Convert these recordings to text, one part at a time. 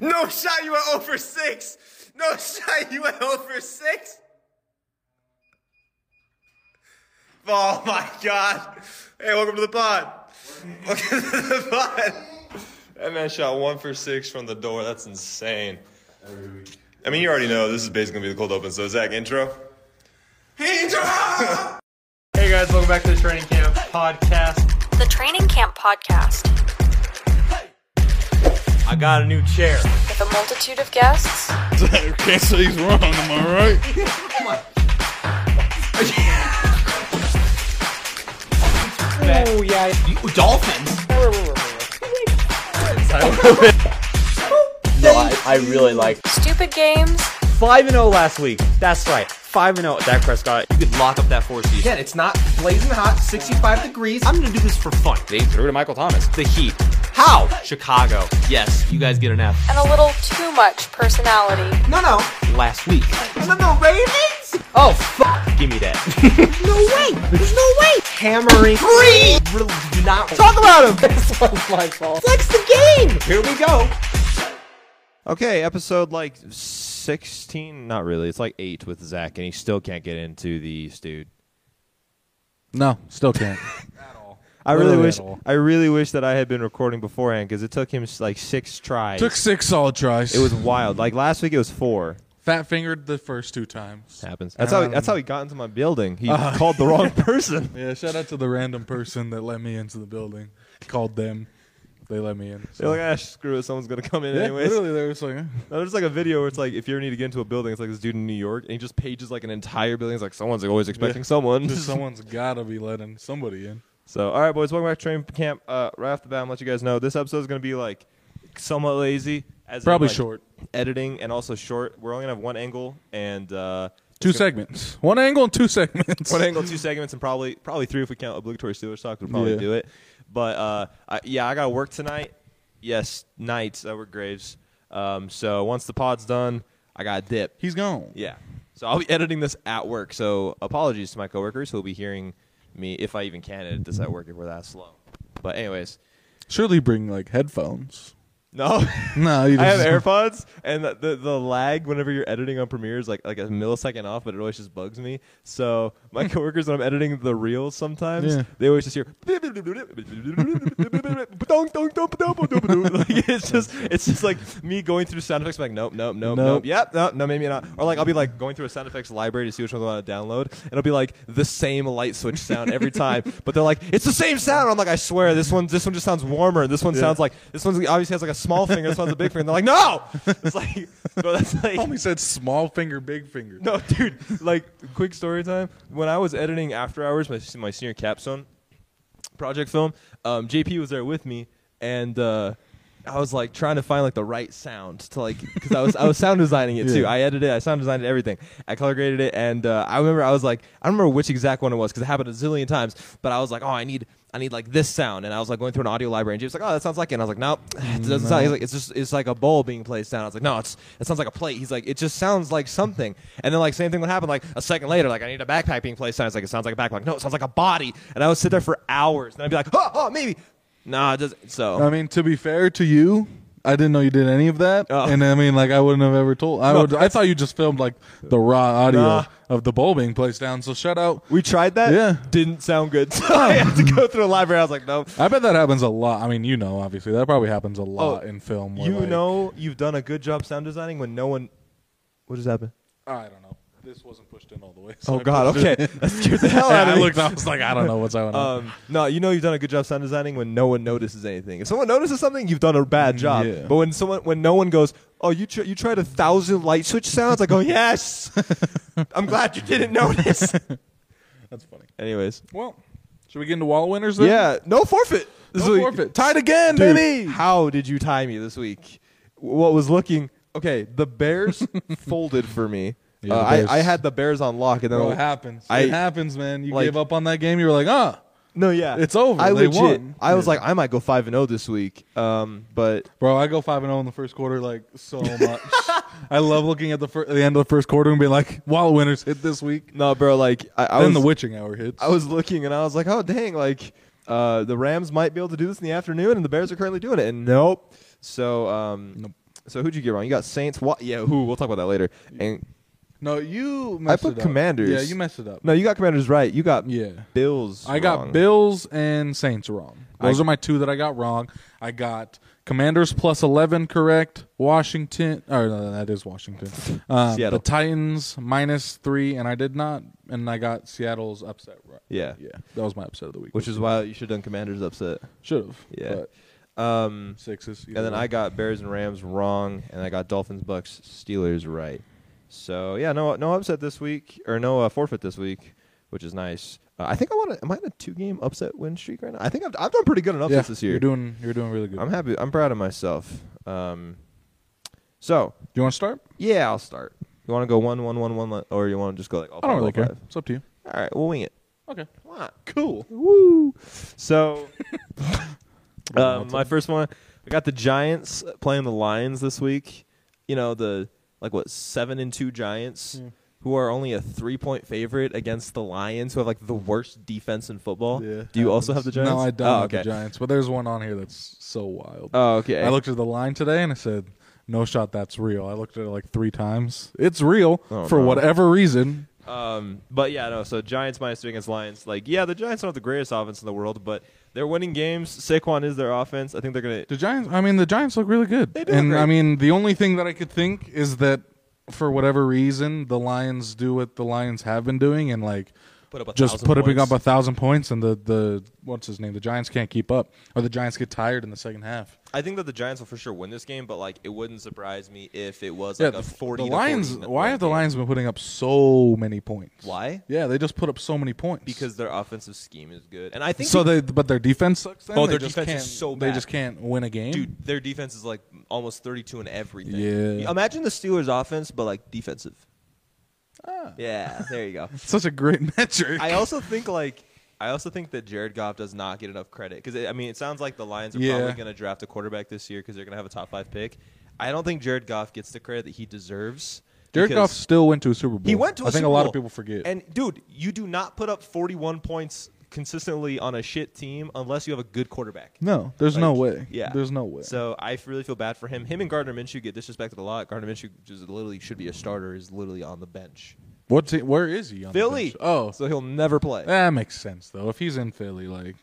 No shot, you went 0 for 6. No shot, you went 0 for 6. Oh my god. Hey, welcome to the pod. Welcome to the pod. That man shot 1 for 6 from the door. That's insane. I mean, you already know this is basically going to be the cold open. So, Zach, intro? Intro! Hey guys, welcome back to the training camp podcast. The Training Camp Podcast. I got a new chair. With a multitude of guests, Can't say he's wrong, am I right? Oh yeah, stupid games, five and zero last week. That's right, five and zero. Dak Prescott, you could lock up that four seed. Again, it's not blazing hot, 65 degrees. I'm gonna do this for fun. They threw to Michael Thomas. The Heat. How? Chicago. Yes, you guys get an F. and a little too much personality. No, no, Last week. no, no, Ravens? Oh fuck! Give me that. No way, there's no way. Hammering. Three. Really do not talk about him. this one's my fault. Flex the game. Here we go. Okay, episode like 16. Not really. It's like 8 with Zach, and he still can't get into the East, dude. No, still can't. I really Literally wish at all. I really wish that I had been recording beforehand because it took him s- like six tries. Took six solid tries. it was wild. Like last week, it was four. fat fingered the first two times. Happens. That's how. Um, that's how he got into my building. He Uh, called the wrong person. Yeah, shout out to the random person that let me into the building. Called them. They let me in. They're So. like, ah, screw it. Someone's gonna come in yeah, anyways. literally, they were just like, eh. No, there's like a video where it's like, if you ever need to get into a building, it's like this dude in New York, and he just pages like an entire building. It's like someone's always expecting someone. someone's got to be letting somebody in. So, all right, boys, welcome back to training camp. Uh, right off the bat, I'm gonna let you guys know this episode is gonna be like somewhat lazy, as in, Probably like, short. editing and also short. We're only gonna have one angle and uh, Two it's gonna- segments. One angle and two segments. one angle, two segments, and probably probably three if we count obligatory Steelers talk. We'll probably Yeah. do it. But uh, I, yeah, I got to work tonight. Yes, nights. I work graves. Um, so once the pod's done, I got to dip. He's gone. Yeah. So I'll be editing this at work. So apologies to my coworkers who'll be hearing me if I even can edit this at work if we're that slow. But anyways, Surely bring like headphones. no. No, you I have just AirPods, and the, the the lag whenever you're editing on Premiere is like like a millisecond off, but it always just bugs me. So my coworkers, when I'm editing the reels, sometimes Yeah. they always just hear. like, it's just it's just like me going through sound effects, like nope, nope, nope, nope, Nope. yep, no, no, maybe not. Or like I'll be like going through a sound effects library to see which ones I want to download, and it'll be like the same light switch sound every time. but they're like, it's the same sound. I'm like, I swear, this one this one just sounds warmer. This one Yeah. sounds like this one obviously has like a small finger. This one's a big finger. And they're like, no. It's like, bro, that's like. Homie said small finger, big finger. No, dude. Like, quick story time. When I was editing After Hours, my my senior capstone project film, um, JP was there with me, and uh, I was like trying to find like the right sound to like because I was I was sound designing it too. Yeah. I edited, it, I sound designed it, everything. I color graded it, and uh, I remember I was like I don't remember which exact one it was because it happened a zillion times. But I was like, oh, I need. I need like this sound, and I was like going through an audio library, and JP was like, "Oh, that sounds like it." And I was like, "Nope, it doesn't sound." He's like, "It's just it's like a bowl being placed down." I was like, "No, it's it sounds like a plate." He's like, "It just sounds like something." And then like same thing would happen like a second later, like I need a backpack being placed down. It's like it sounds like a backpack. No, it sounds like a body. And I would sit there for hours, and I'd be like, "Oh, oh maybe." Nah, it doesn't. So I mean, to be fair to you, I didn't know you did any of that, Oh. and I mean, like, I wouldn't have ever told. I would. I thought you just filmed like the raw audio Nah. of the bowl being placed down. So shout out. We tried that. Yeah. Didn't sound good. So I had to go through a library. I was like, no. I bet that happens a lot. I mean, you know, obviously that probably happens a lot Oh, in film. where, You like- know you've done a good job sound designing when no one. What just happened? I don't know. This wasn't pushed in all the way. so Oh, I God. pushed Okay. it. That scared the hell out And I of me. looked. I was like, I don't know what's going on. Um, no, you know you've done a good job sound designing when no one notices anything. If someone notices something, you've done a bad job. yeah. But when someone, when no one goes, oh, you tr- you tried a thousand light switch sounds, I go, yes. I'm glad you didn't notice. That's funny. Anyways, Well, should we get into wall winners? Then? yeah, no forfeit. This No week. forfeit. Tied again, Dude, baby. How did you tie me this week? What was looking okay? The Bears folded for me. Yeah, Uh, the Bears. I, I had the Bears on lock, and then Bro, it happens. I- it happens, man. You like- gave up on that game. You were like, ah, no, yeah, It's over. I They legit, won. I was Yeah. like, I might go five and zero this week. Um, but Bro, I go five and zero in the first quarter like so much. I love looking at the fir- the end of the first quarter and be like, "Wild winners hit this week." no, bro, like I, I then was the witching hour hits. I was looking, and I was like, oh dang, like uh, the Rams might be able to do this in the afternoon, and the Bears are currently doing it, and nope. So um, Nope. So who'd you get wrong? You got Saints. What? Yeah, who? We'll talk about that later. And No, you. Messed put it up. Commanders. Yeah, you messed it up. no, you got Commanders right. You got Yeah. Bills. I got wrong. Bills and Saints wrong. Those I- are my two that I got wrong. I got Commanders plus eleven correct. Washington, or no, that is Washington. Uh, Seattle. the Titans minus three, and I did not. And I got Seattle's upset. Right. Yeah. yeah, that was my upset of the week. which is why you should have done Commanders upset. should have. Yeah. um, sixes. and then I got Bears and Rams wrong, and I got Dolphins, Bucks, Steelers right. So yeah, no, no upset this week, or no uh, forfeit this week, which is nice. Uh, I think I want to. Am I in a two-game upset win streak right now? I think I've, I've done pretty good on upsets this year. You're doing. You're doing really good. I'm happy. I'm proud of myself. Um, so Do you want to start? yeah, I'll start. You want to go one, one, one, one, le- or you want to just go like all I five, don't really all care. five? It's up to you. All right, we'll wing it. Okay. Why not? Cool. Woo! So, um, my first one, I got the Giants playing the Lions this week. You know the like what seven and two Giants, Hmm. who are only a three point favorite against the Lions, who have like the worst defense in football. Yeah, Do you also have the Giants? No, I don't Oh, have okay. the Giants. But there's one on here that's so wild. Oh, okay. I looked at the line today and I said, "No shot, that's real." I looked at it like three times. It's real Oh, for no. whatever reason. Um, but yeah, no. So Giants minus three against Lions. Like, yeah, the Giants aren't the greatest offense in the world, but they're winning games. Saquon is their offense. I think they're gonna. The Giants. I mean, the Giants look really good. They do And look great. I mean, the only thing that I could think is that for whatever reason, the Lions do what the Lions have been doing and like Put up a just thousand put up, points. up a thousand points, and the the what's his name? The Giants can't keep up, or the Giants get tired in the second half. I think that the Giants will for sure win this game, but like, it wouldn't surprise me if it was Yeah, like the, a f- forty. the to Lions. 14 Why point have the game. Lions been putting up so many points? Why? Yeah, they just put up so many points Because their offensive scheme is good, and I think so they but their defense sucks. Then? Oh, They their just defense is can't- so They bad. just can't win a game. dude, their defense is like almost thirty-two in everything. Yeah. Imagine the Steelers' offense, but like defensive. Ah. Yeah, there you go. such a great metric. I also think like I also think that Jared Goff does not get enough credit because I mean it sounds like the Lions are probably Yeah. going to draft a quarterback this year because they're going to have a top five pick. I don't think Jared Goff gets the credit that he deserves. Jared because Goff still went to a Super Bowl. he went to. I I think a lot of people forget. And dude, you do not put up forty-one points consistently on a shit team unless you have a good quarterback. no, there's no Like, way. Yeah, there's no way. So I f- really feel bad for him. Him and Gardner Minshew get disrespected a lot. Gardner Minshew just literally should be a starter. Is literally on the bench. What's he, where is he? On the Philly. bench? Oh, so he'll never play. that makes sense though. If he's in Philly, like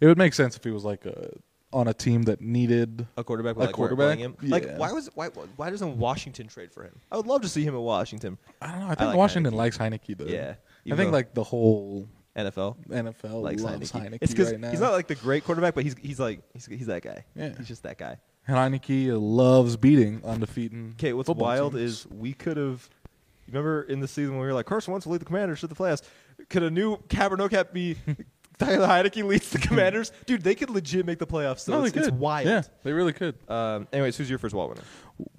it would make sense if he was like a, on a team that needed. a quarterback A like quarterback? quarterback? him. Yeah. Like why was why why doesn't Washington trade for him? I would love to see him at Washington. I don't know. I think like Washington Heineke. likes Heineke though. Yeah. I Even think though- like the whole NFL NFL likes loves Heineke. Heineke, It's because right now. he's not like the great quarterback, but he's he's like he's he's that guy. Yeah. he's just that guy. Heineke loves beating undefeated. Okay, what's football wild teams. is we could have. Remember in the season when we were like Carson Wentz will lead the Commanders to the playoffs. Could a new cap or no cap be Tyler Heineke leads the Commanders? Dude, they could legit make the playoffs. So No, they it's, it's could. wild. Yeah, they really could. Um, anyways, who's your first wall winner?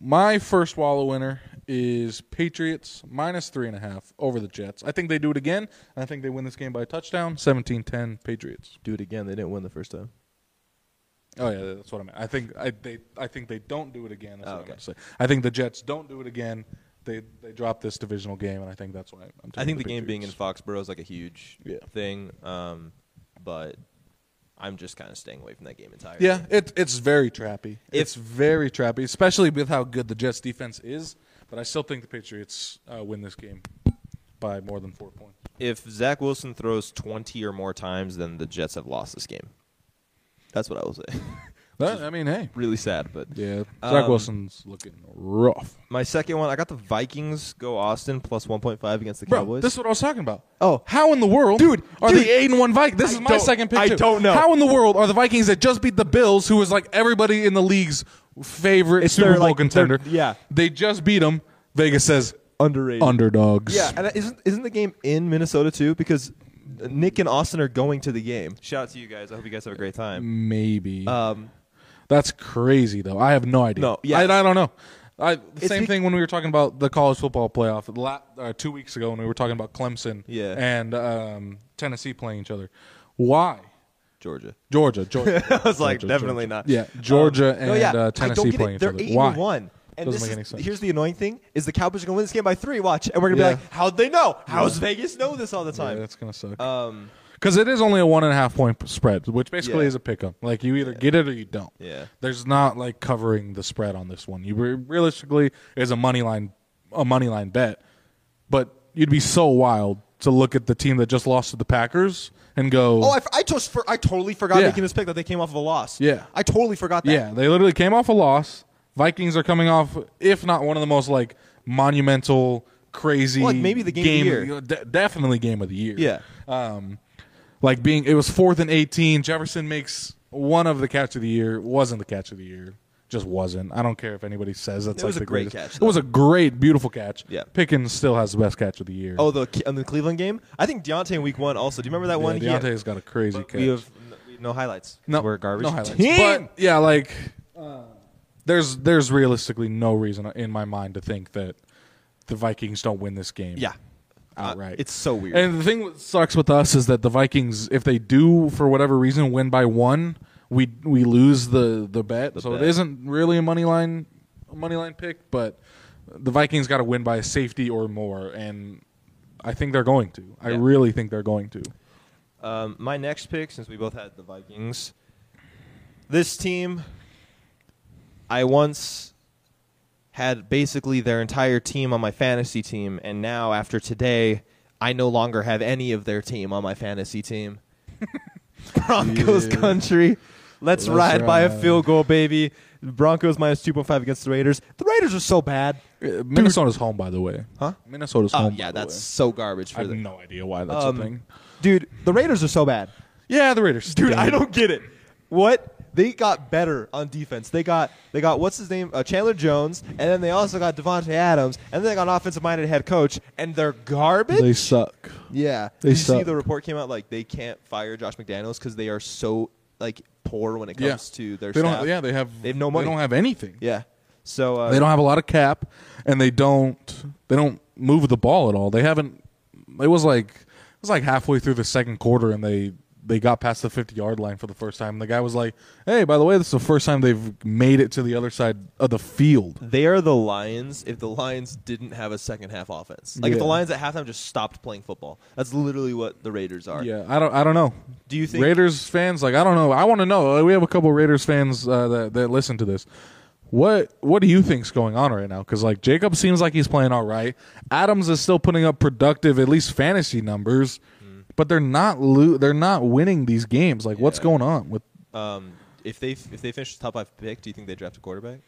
My first wallow winner is Patriots minus three and a half over the Jets. I think they do it again. and I think they win this game by a touchdown. 17-10 Patriots. Do it again. They didn't win the first time. Oh yeah, that's what I meant. I think I they I think they don't do it again. That's Oh, what I okay. meant to say. I think the Jets don't do it again. They they drop this divisional game, and I think that's why I'm. Taking I think the, game being in Patriots. Foxborough is like a huge Yeah. thing, um, but I'm just kind of staying away from that game entirely. Yeah, it it's very trappy. it's very trappy, especially with how good the Jets defense is. But I still think the Patriots uh, win this game by more than four points. If Zach Wilson throws 20 or more times, then the Jets have lost this game. That's what I will say. But, I mean, hey, really sad, but Yeah, Zach Um, Wilson's looking rough. My second one, I got the Vikings go Austin plus 1.5 against the Bro, Cowboys. this is what I was talking about. Oh. how in the world, Dude, Are dude. the eight and one Vikings? This I is my don't- second pick. I too. don't know. How in the world are the Vikings that just beat the Bills, who was like everybody in the league's favorite It's Super their, Bowl like, contender? their- yeah. they just beat them. Vegas says Underrated. underdogs. yeah, and isn't isn't the game in Minnesota too? Because Nick and Austin are going to the game. Shout out to you guys. I hope you guys have a great Mm. time. maybe. Um, That's crazy though. I have no idea. No, yeah. I, I don't know. I, the It's same bec- thing when we were talking about the college football playoff la- uh, two weeks ago when we were talking about Clemson Yeah. and um, Tennessee playing each other. Why Georgia. Georgia? Georgia. I was like, Georgia, definitely Georgia. not. Yeah, Georgia Um, no, and, yeah, uh, I don't Tennessee get it. playing each They're other. eight Why? and one. And Doesn't this make is- any sense. Here's the annoying thing: is the Cowboys are going to win this game by three? Watch, and we're going to Yeah. be like, "How'd they know? How's Vegas know this all the time?" that's gonna suck. um, because it is only a one and a half point p- spread, which basically Yeah. is a pickup. Like you either get it or you don't. Yeah. there's not like covering the spread on this one. You re- realistically is a money line, a money line bet, but you'd be so wild to look at the team that just lost to the Packers and go, Oh, I, f- I just for, I totally forgot Yeah. making this pick that they came off of a loss. Yeah. I totally forgot that. Yeah, they literally came off a loss. Vikings are coming off, if not one of the most like monumental, crazy, Well, like, maybe the game of the year. de- definitely game of the year. Yeah. um, like being it was fourth and eighteen. Jefferson makes one of the catch of the year. Wasn't the catch of the year. Just wasn't. I don't care if anybody says that's It was like a the great greatest. catch, It was a great, beautiful catch. Yeah. Pickens still has the best catch of the year. Oh, the Ke- on the Cleveland game. I think Deontay in week one also. Do you remember that yeah, one? He had- Deontay's got a crazy catch. we have n- we have no highlights. 'cause we're a garbage. No highlights. team. But yeah, like there's there's realistically no reason in my mind to think that the Vikings don't win this game. Yeah. Uh, Outright. it's so weird. And the thing that sucks with us is that the Vikings, if they do for whatever reason win by one, we we lose the the bet. so bet. it isn't really a money line a money line pick, but the Vikings got to win by a safety or more, and I think they're going to. I Yeah. really think they're going to. Um, my next pick, since we both had the Vikings, this team, I once had basically their entire team on my fantasy team, and now after today, I no longer have any of their team on my fantasy team. Broncos country. Let's, Let's ride, by a ride. field goal, baby. Broncos minus 2.5 against the Raiders. The Raiders are so bad. Uh, Minnesota's home, by the way. Huh? Minnesota's Oh, home. yeah, by the that's way. so garbage I for have them. no idea why that's Um, a thing. Dude, the Raiders are so bad. Yeah, the Raiders. Dude, stink. I don't get it. What? They got better on defense. They got they got what's his name, uh, Chandler Jones, and then they also got Devontae Adams, and then they got an offensive-minded head coach, and they're garbage. They suck. yeah, they Did you see suck. the report came out like they can't fire Josh McDaniels because they are so like poor when it Yeah. comes to their they staff. don't. Yeah, they have. They have no money. They don't have anything. yeah, so uh, They don't have a lot of cap, and they don't. They don't move the ball at all. They haven't. It was like it was like halfway through the second quarter, and they they got past the fifty yard line for the first time. And the guy was like, "Hey, by the way, this is the first time they've made it to the other side of the field." they are the Lions if the Lions didn't have a second half offense. Like if the Yeah. Lions at halftime just stopped playing football. That's literally what the Raiders are. Yeah, I don't. I don't know. Do you think- Raiders fans like I don't know? I want to know. Uh, We have a couple Raiders fans uh, that that listen to this. What What do you think's going on right now? Because like Jacob seems like he's playing all right. Adams is still putting up productive, at least fantasy numbers, Hmm. but they're not lo- They're not winning these games. Like what's Yeah. going on with? Um, if they if they finish the top five pick, do you think they draft a quarterback,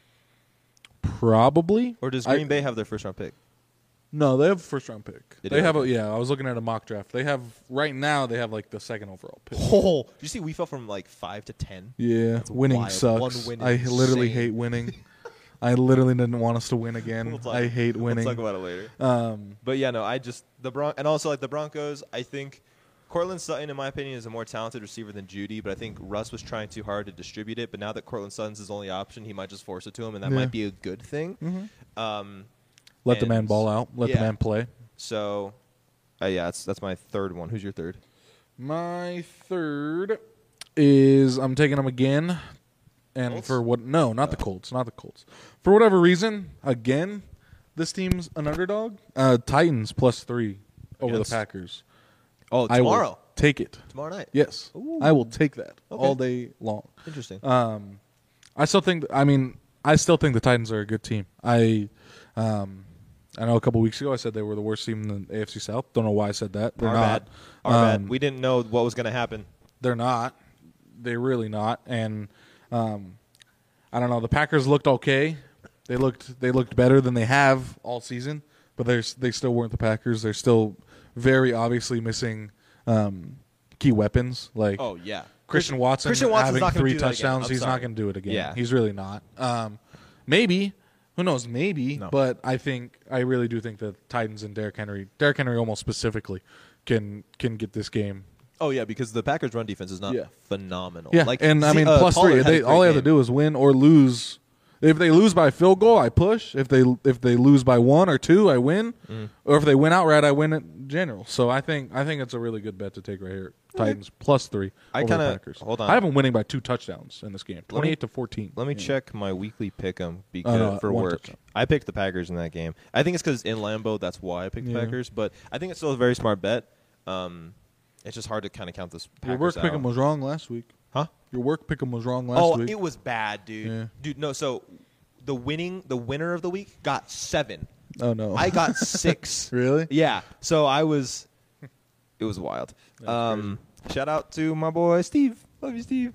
Probably or does I- Green Bay have their first round pick? No, they have a first round pick. They They, do? have a yeah. I was looking at a mock draft. They have right now. They have like the second overall pick. Oh, did you see we fell from like five to ten? Yeah, winning wild. sucks. One win I is literally insane. hate winning. I literally didn't want us to win again. We'll talk- I hate winning. We'll talk about it later. um, But yeah, no, I just the Bron- and also like the Broncos. I think Cortland Sutton, in my opinion, is a more talented receiver than Judy. But I think Russ was trying too hard to distribute it. But now that Cortland Sutton's his only option, he might just force it to him, and that Yeah. Mm-hmm. might be a good thing. Um, let the man and- ball out. Let yeah. the man play. So, uh, yeah, that's that's my third one. Who's your third? My third is I'm taking them again, and Colts? Oh. for what? No, not the Colts. Not the Colts. For whatever reason, again, this team's an underdog. Uh, Titans plus three over Against- the Packers. Oh, I will tomorrow, take it. tomorrow night. Yes, Ooh. I will take that Okay. all day long. Interesting. Um, I still think. I mean, I still think the Titans are a good team. I, um, I know a couple weeks ago I said they were the worst team in the AFC South. Don't know why I said that. They're Our not. bad. Our Um, bad. We didn't know what was going to happen. They're not. They're really not. And um, I don't know. The Packers looked okay. They looked. They looked better than they have all season. But they're s- they still weren't the Packers. They're still very obviously missing um, key weapons like Oh yeah, Christian Watson Christian Watson's having not gonna three do that again. touchdowns, I'm he's sorry. not going to do it again. Yeah. He's really not. Um, maybe. Who knows? Maybe. No. But I think I really do think that Titans and Derrick Henry, Derrick Henry almost specifically, can can get this game. Oh yeah, because the Packers' run defense is not Yeah. phenomenal. Yeah. like, and I see, mean, uh, plus Pollard three. had a They, great all they have to game. do is win or lose. If they lose by field goal, I push. If they if they lose by one or two, I win. Mm. Or if they win outright, I win in general. So I think I think it's a really good bet to take right here. Titans plus three. I over the kinda- Packers. hold on. I have them winning by two touchdowns in this game, Let me- twenty eight to fourteen. Let me Yeah. Uh, check my weekly pick 'em because no, for one work. touchdown. I picked the Packers in that game. I think it's because in Lambeau, that's why I picked the Yeah. Packers. But I think it's still a very smart bet. Um, It's just hard to kind of count this. Your Packers work out. pick'em was wrong last week. huh? Your work pick'em was wrong last Oh, week. it was bad, dude. Yeah. Dude, no. So the winning, the winner of the week got seven. oh no, I got six. Really? Yeah. So I was. It was wild. Um, shout out to my boy Steve. Love you, Steve.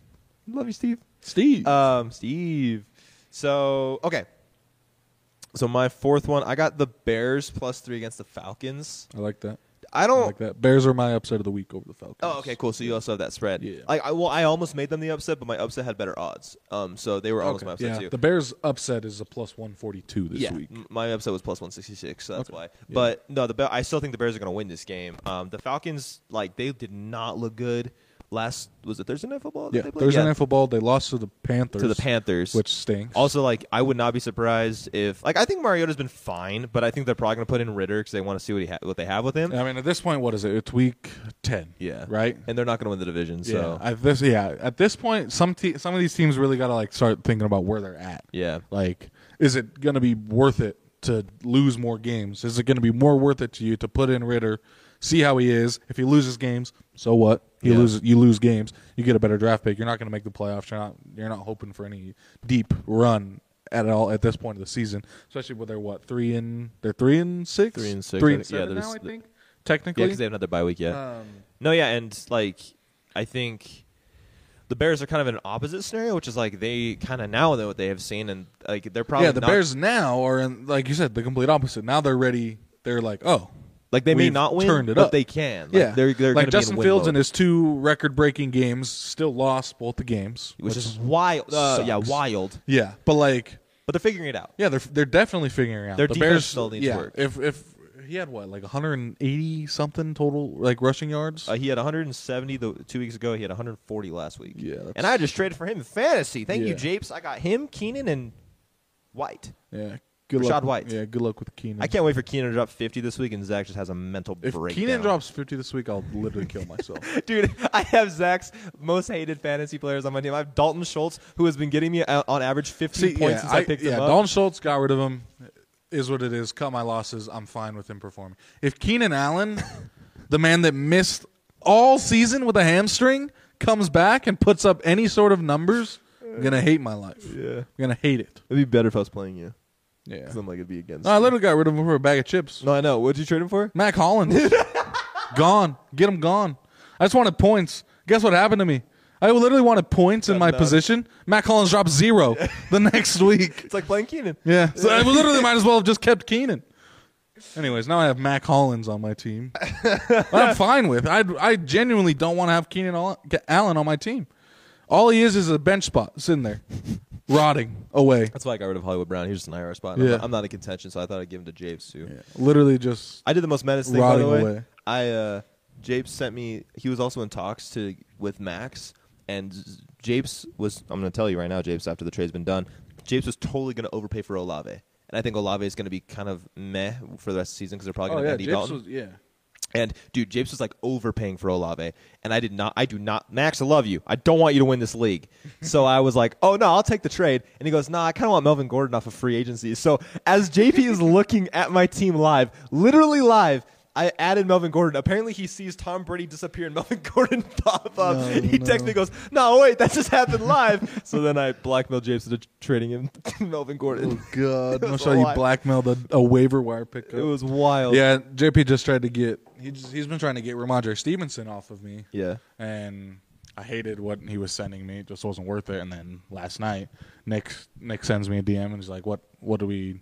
Love you, Steve. Steve. Um, Steve. So okay. So my fourth one, I got the Bears plus three against the Falcons. I like that. I I don't. like that. Bears are my upset of the week over the Falcons. Oh, okay, cool. So you also have that spread. Yeah. Like, I, well, I almost made them the upset, but my upset had better odds. Um, so they were almost Okay, my upset yeah. too. The Bears upset is a plus one forty two this yeah, Mm, week. m- my upset was plus one sixty six, so that's Okay. why. Yeah. But no, the Be- I still think the Bears are going to win this game. Um, the Falcons, like they did not look good last. Was it Thursday night football? that Yeah, they played? Thursday night football they lost to the Panthers. to the Panthers, which stinks. Also, like, I would not be surprised if, like, I think Mariota's been fine, but I think they're probably going to put in Ritter because they want to see what he ha- what they have with him. I mean, at this point, what is it? It's week ten. yeah, right. And they're not going to win the division, yeah, so at this yeah, at this point, some te- some of these teams really got to like start thinking about where they're at. yeah, Like, is it going to be worth it to lose more games? Is it going to be more worth it to you to put in Ritter, see how he is? If he loses games, so what? He Yeah. loses. You lose games. You get a better draft pick. You're not going to make the playoffs. You're not. You're not hoping for any deep run at all at this point of the season. Especially when they're what three and they're three and six, Three and six, three I and think. Yeah, seven now. there's I the- think yeah, technically. because they haven't had their bye week yet. um, No, yeah, and like I think the Bears are kind of in an opposite scenario, which is like they kind of now know what they have seen, and like they're probably yeah, the not- Bears now are in like you said the complete opposite. Now they're ready. They're like, oh, like they may we've not win, turned it but up. they can. Like, yeah, they're, they're gonna like be Justin in win Fields mode, in his two record-breaking games still lost both the games, which is wild. Uh, yeah, sucks. wild. yeah. But like, But they're figuring it out. yeah, they're they're definitely figuring it out Their the defense Bears still needs yeah, work. If if he had what like 180 something total like rushing yards, Uh, he had 170 the two weeks ago. He had 140 last week. Yeah, that's- and I just traded for him in fantasy. Thank you, Yeah. Japes. I got him, Keenan, and White. yeah. Good Rashad luck, White. Yeah, good luck with Keenan. I can't wait for Keenan to drop 50 this week, and Zach just has a mental Mm. If breakdown. Keenan drops 50 this week, I'll literally kill myself. Dude, I have Zach's most hated fantasy players on my team. I have Dalton Schultz, who has been getting me uh, on average 15 points since I, picked yeah, him up. Dalton Schultz got rid of him. Is what it is. Cut my losses. I'm fine with him performing. If Keenan Allen, the man that missed all season with a hamstring, comes back and puts up any sort of numbers, I'm gonna hate my life. Yeah. I'm gonna hate it. It'd be better if I was playing you. Yeah. like, it'd be against. No, I literally got rid of him for a bag of chips. no, I know. What'd you trade him for? Mac Hollins, gone. Get him gone. I just wanted points. Guess what happened to me? I literally wanted points in my out. position. Mac Hollins dropped zero the next week. It's like playing Keenan. Yeah. So I literally might as well have just kept Keenan. Anyways, now I have Mac Hollins on my team. But I'm fine with. I I genuinely don't want to have Keenan Al- Allen on my team. All he is is a bench spot sitting there, rotting away. That's why I got rid of Hollywood Brown. He's just an IR spot. I'm, Yeah. not, I'm not in contention, so I thought I'd give him to Japes, too. Literally just I did the most menace thing, by the way. Rotting away. I, uh, Japes sent me, he was also in talks to with Max, and Z- Japes was, I'm going to tell you right now, Japes, after the trade's been done, Japes was totally going to overpay for Olave. And I think Olave is going to be kind of meh for the rest of the season because they're probably going to end Dalton. Oh, yeah. And dude, Japes was like overpaying for Olave, and I did not. I do not, Max. I love you. I don't want you to win this league. so I was like, oh no, I'll take the trade. And he goes, nah, I kind of want Melvin Gordon off of free agency. So as JP is looking at my team live, literally live. I added Melvin Gordon. Apparently, he sees Tom Brady disappear and Melvin Gordon pop up. he texts me, goes, "No, wait, that just happened live." so then I blackmailed Japes into trading him Melvin Gordon. God, It I'm was sure a you lot. blackmailed a, a waiver wire pickup. It was wild. Yeah, JP just tried to get he just, he's been trying to get Ramondre Stevenson off of me. Yeah. and I hated what he was sending me. It just wasn't worth it. And then last night, Nick Nick sends me a DM and he's like, "What what do we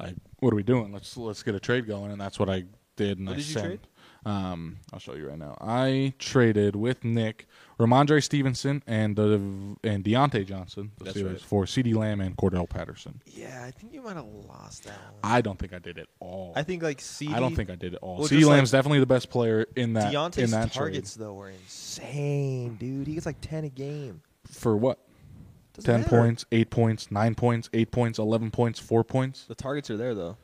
like? What are we doing? Let's let's get a trade going." And that's what I did. And What I did you sent- trade? Um, I'll show you right now. I traded with Nick Ramondre Stevenson and uh, and Deontay Johnson the That's Steelers right. for C.D. Lamb and Cordell Patterson. yeah. I think you might have lost that one. I don't think I did it all. I think like CD. I don't think I did it all. Well, CD just, like, Lamb's definitely the best player in that in Deontay's that targets though were insane, dude. He gets like ten a game. trade. for what? Doesn't 10 matter. points, 8 points, 9 points, 8 points, 11 points, 4 points. The targets are there though.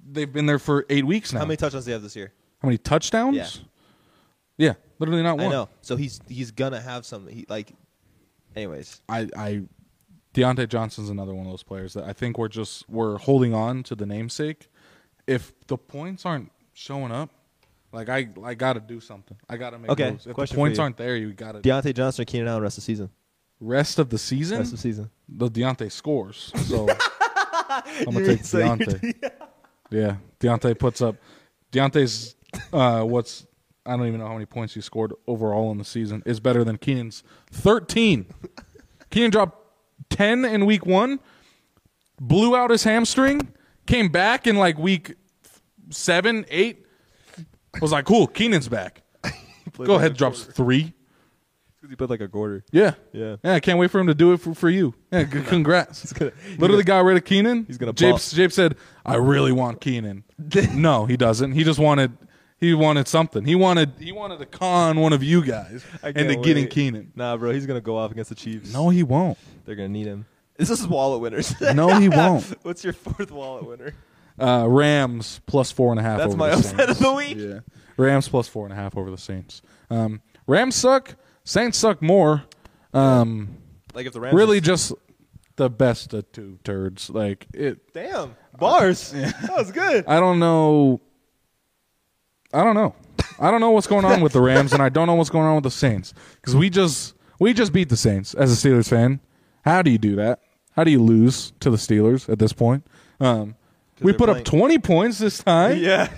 They've been there for 8 weeks now. How many touchdowns do you have this year? How many touchdowns? Yeah. Yeah, literally not one. I know. So he's he's gonna have some. He like, anyways. I, I Deontay Johnson's another one of those players that I think we're just we're holding on to the namesake. If the points aren't showing up, Like I, I gotta do something. I gotta make Okay, moves. If the question for points you. aren't there, you gotta. Deontay Johnson or Keenan Allen rest of the season. rest of the season, Rest of the season. the Deontay scores. So I'm gonna take So you're- Deontay. yeah, Deontay puts up. Deontay's uh, what's I don't even know how many points he scored overall in the season is better than Keenan's 13. Keenan dropped 10 in week one, blew out his hamstring, came back in like week seven, eight. Was like, cool, Keenan's back. Go ahead, drops three. He put like a quarter. Yeah. Yeah. Yeah, I can't wait for him to do it for, for you. Yeah, c- congrats. gonna- Literally got rid of Keenan. he's gonna Jape, pop. Jape said, I really want Keenan. no, he doesn't. He just wanted he wanted something. He wanted he wanted to con one of you guys I into can't getting wait. Keenan. Nah, bro, he's gonna go off against the Chiefs. No, he won't. they're gonna need him. This is wallet winners. No, he won't. What's your fourth wallet winner? Uh, Rams plus four and a half. That's over my the upset of Saints. the week. Yeah, Rams plus four and a half over the Saints. Um, Rams suck. Saints suck more. Um, Like if the Rams really, just the best of two turds. Like it. damn bars. That was good. I don't know. I don't know. I don't know what's going on with the Rams, and I don't know what's going on with the Saints because we just we just beat the Saints as a Steelers fan. How do you do that? How do you lose to the Steelers at this point? Um, we they're put playing- up twenty points this time. Yeah,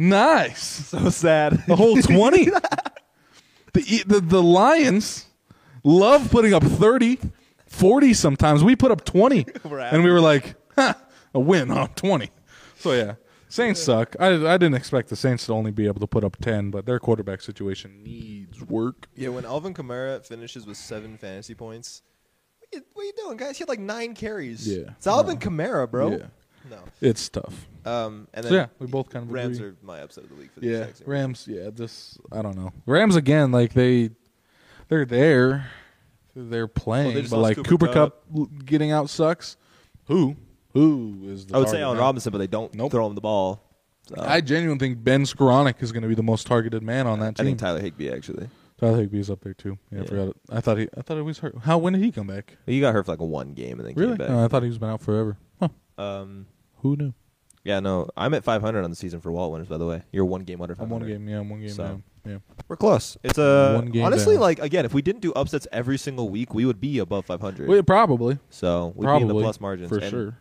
Nice, so sad. the whole twenty. the, E- the the Lions love putting up 30, 40 sometimes. We put up twenty, We're and we were like, huh, a win on twenty. So yeah, Saints suck. I I didn't expect the Saints to only be able to put up ten, but their quarterback situation needs work. Yeah, when Alvin Kamara finishes with seven fantasy points, what you, what you doing, guys? He had like nine carries. Yeah. it's Alvin Kamara, bro. Yeah. No. It's tough. Um, and then So yeah, we both kind of Rams agree. are my upset of the week for the Yeah, exact same reason. Rams. Yeah, this I don't know. Rams again. Like they, they're there, they're playing, just but lost like Cooper Cooper, Cup getting out sucks. Who who is the? I would target say Allen now? Robinson, but they don't Nope. throw him the ball. So, I genuinely think Ben Skoranek is going to be the most targeted man on that I team. think Tyler Higby actually. Tyler Higby's up there too. Yeah, I forgot. It. I thought he. I thought he was hurt. How? When did he come back? He got hurt for like one game and then Really? Uh-huh. came back. No, I thought he was been out forever. Huh. Um, Who knew? yeah, no, I'm at 500 on the season for Walt winners. By the way, you're one game under I'm 500. one game. Yeah, I'm one game So. down. Yeah. We're close. It's a One game honestly down. like again, if we didn't do upsets every single week, we would be above 500. Well, probably. so we'd probably be in the plus margins for and- sure.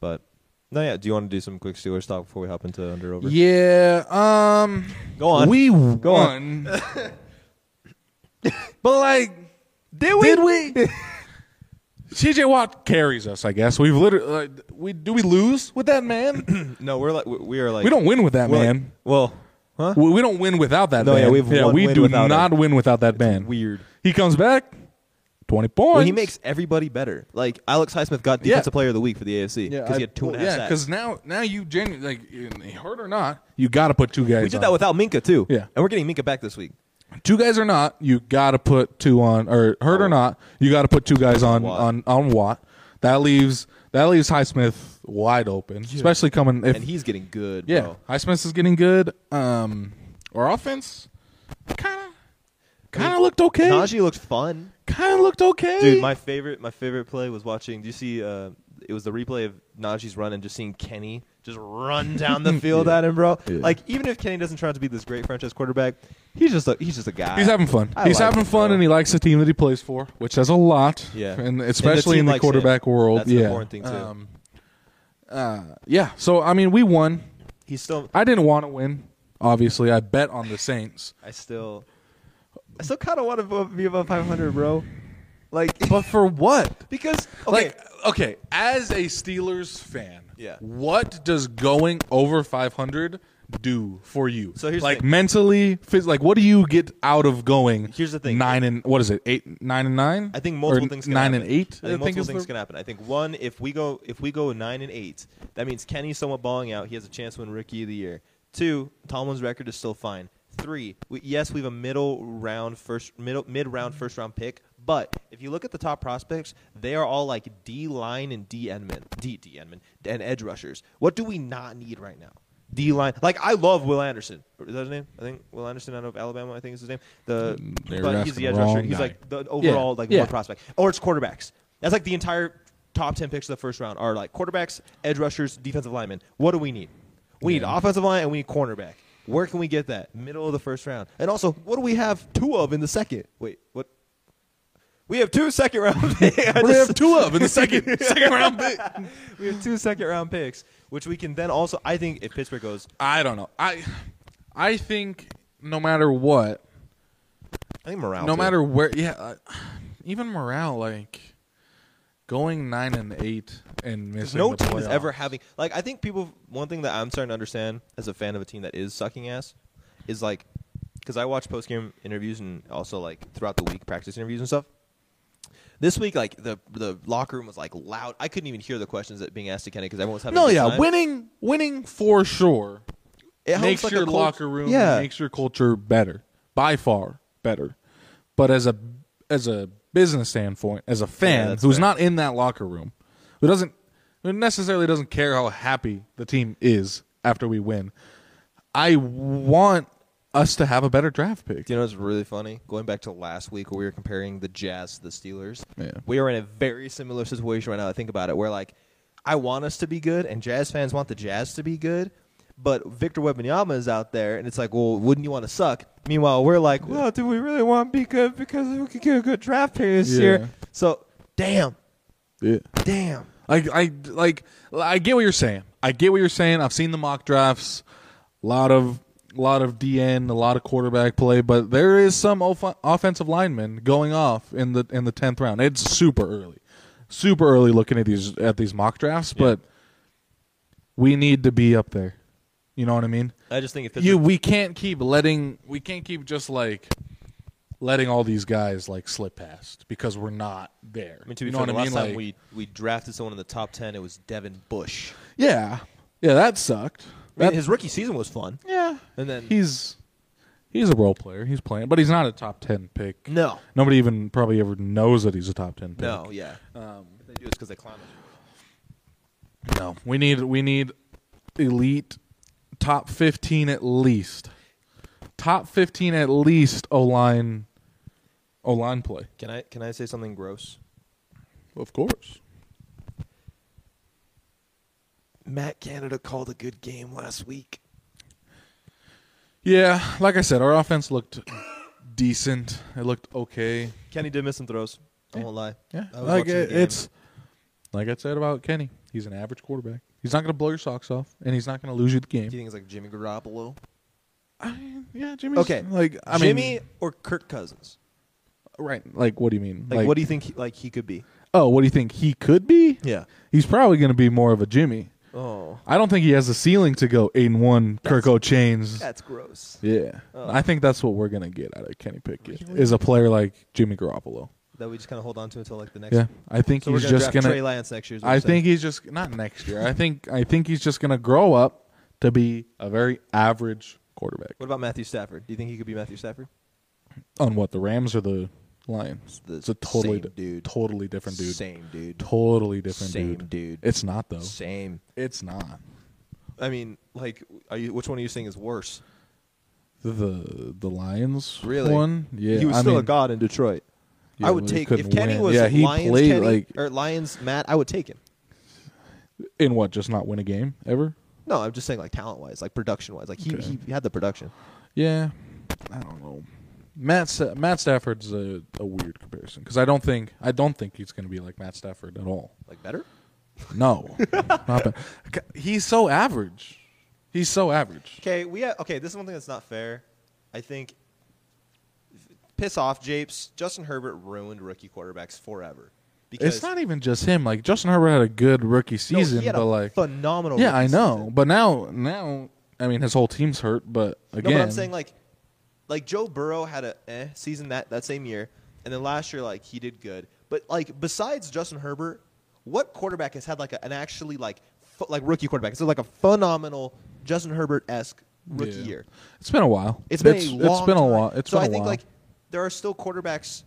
But no, yeah. Do you want to do some quick Steelers talk before we hop into under over? Yeah. Um. Go on. We Go on. won. but like, did we? Did we? CJ Watt carries us, I guess. We've literally like, we do we lose with that man? No, we're like we- we are like we don't win with that we're like- man. well, huh? We, we don't win without that. No, man. yeah, we have one we win do without not him. win without that man. weird. He comes back, twenty points. Well, he makes everybody better. Like Alex Highsmith got Yeah. defensive player of the week for the AFC because he had two and a half Yeah, because sacks. now now you genuinely like in- hurt or not, you got to put two guys. We did on. that without Minka too. Yeah. and we're getting Minka back this week. two guys or not, you got to put two on or hurt or not, you got to put two guys on Oh. Watt. on on Watt. That leaves that leaves Highsmith wide open, especially coming if And he's getting good. yeah, bro. Highsmith is getting good. Um, our offense kind of kind of looked okay. Najee looked fun. Kind of looked okay, Dude, my favorite my favorite play was watching. Do you see? Uh, it was the replay of Najee's run and just seeing Kenny just run down the field at him, bro. Like even if Kenny doesn't turn out to be this great franchise quarterback, he's just a he's just a guy. He's having fun. I he's like having it, fun, bro. and he likes the team that he plays for, which says a lot. Yeah. And and the especially team in the likes quarterback him. world. That's the yeah, Um, important thing, too. uh, yeah. So I mean, we won. He's still. I didn't want to win. Obviously, I bet on the Saints. I still. I still kind of want to be above 500, bro. Like But for what? because okay, Like, okay, as a Steelers fan, Yeah. what does going over 500 do for you? So here's the like thing. mentally, phys- like what do you get out of going? Here's the thing. nine and what is it? Eight, nine and nine. I think multiple Or things can Nine happen. and eight. I think multiple is things the- can happen. I think one, if we go if we go nine and eight, that means Kenny's somewhat balling out. He has a chance to win Rookie of the Year. Two, Tomlin's record is still fine. Three, we, yes, we have a middle round first middle mid round first round pick, but if you look at the top prospects, they are all like D line and D endman, D D endman and edge rushers. What do we not need right now? D line, like I love Will Anderson. Is that his name? I think Will Anderson out of Alabama. I think is his name. The They're but he's asking the the edge rusher. wrong He's guy. like the overall like Yeah. one prospect, or it's quarterbacks. That's like the entire top ten picks of the first round are like quarterbacks, edge rushers, defensive linemen. What do we need? We need offensive line and we need cornerback. Where can we get that? Middle of the first round. And also, what do we have two of in the second? Wait, what? We have two second round picks. We have two of in the second second round pick. we have two second round picks, which we can then also. I think if Pittsburgh goes, I don't know. I I think no matter what, I think morale. no too. matter where, yeah, uh, even morale, like going nine and eight and missing. no the team is ever playoffs. having like I think people one thing that I'm starting to understand as a fan of a team that is sucking ass is like because I watch post game interviews and also like throughout the week practice interviews and stuff. This week, like the the locker room was like loud. I couldn't even hear the questions that being asked to Kenny because everyone was having a No, good yeah, time. winning, winning for sure. It helps, makes like, a your cult- locker room, Yeah, makes your culture better by far better. But as a as a business standpoint, as a fan that's who's fair. not in that locker room, who doesn't who necessarily doesn't care how happy the team is after we win, I want us to have a better draft pick. Do you know what's really funny? Going back to last week where we were comparing the Jazz to the Steelers, Yeah. we are in a very similar situation right now. I think about it, where like I want us to be good, and Jazz fans want the Jazz to be good, but Victor Wembanyama is out there, and it's like, well, wouldn't you want to suck? Meanwhile, we're like, well, do we really want to be good because we could get a good draft pick this Yeah. year? So, damn, Yeah. damn. Like I like I get what you're saying. I get what you're saying. I've seen the mock drafts, a lot of lot of DN, a lot of quarterback play, but there is some off- offensive linemen going off in the in the tenth round. It's super early, super early looking at these at these mock drafts, but we need to be up there. You know what I mean? I just think if You we can't keep letting we can't keep just like letting all these guys like slip past because we're not there. I mean, to be you know fair, what the I last mean? time Like- we we drafted someone in the top ten, it was Devin Bush. yeah, yeah, that sucked. I mean, That- his rookie season was fun. Yeah, And then- he's he's a role player. He's playing, but he's not a top ten pick. No. nobody even probably ever knows that he's a top ten pick. No, yeah. Um, they do this because they clown us. no. We need we need elite top fifteen at least. Top fifteen at least O line O line play. Can I can I say something gross? Of course. Matt Canada called a good game last week. Yeah, like I said, our offense looked decent. It looked okay. Kenny did miss some throws. I won't lie. Yeah, I was like watching the it- game. it's like I said about Kenny. He's an average quarterback. He's not going to blow your socks off, and he's not going to lose you the Do you game. think it's like Jimmy Garoppolo? I, yeah, Jimmy. Okay, like I Jimmy mean, or Kirk Cousins? right? Like, what do you mean? Like, what do you think? He, like he could be? Oh, what do you think he could be? Yeah. he's probably going to be more of a Jimmy. Oh, I don't think he has the ceiling to go eight and one Kirk O'Chains. that's gross. yeah, Oh. I think that's what we're going to get out of Kenny Pickett is a player like Jimmy Garoppolo. That we just kind of hold on to until like the next. Yeah, I think so he's we're gonna just draft going Trey to. Lance next year. is what I you're saying. think he's just not next year. I think I think he's just going to grow up to be a very average quarterback. What about Matthew Stafford? Do you think he could be Matthew Stafford? On what the Rams or the Lions? the it's a totally same di- dude. totally different dude. Same dude. Totally different Same dude. dude. It's not though. Same. It's not I mean, like, are you? Which one are you saying is worse? the the Lions Really? one. Yeah, he was I still a mean, god in Detroit. Yeah, I would but he take if couldn't Kenny win. was Yeah, he Lions played, Kenny like- or Lions Matt. I would take him. In what? Just not win a game ever? No, I'm just saying like talent wise, like production wise, like he, Okay. he had the production. Yeah, I don't know. Matt Sta- Matt Stafford's a, a weird comparison because I don't think I don't think he's going to be like Matt Stafford at all. Like better? No, Not bad. C- he's so average. He's so average. Okay, we ha- okay. This is one thing that's not fair. I think. Piss off, Japes. Justin Herbert ruined rookie quarterbacks forever. Because It's not even just him. Like Justin Herbert had a good rookie No, he season, had but a like phenomenal. yeah, rookie I know. season. But now, now, I mean, his whole team's hurt. But No, again, but I'm saying like, like Joe Burrow had a eh season that that same year, and then last year like he did good. But like besides Justin Herbert, what quarterback has had like a, an actually like ph- like rookie quarterback? So like a phenomenal Justin Herbert esque rookie Yeah. year. it's been a while. It's been it's, a long it's been a time. while. It's so been I a think while. like there are still quarterbacks.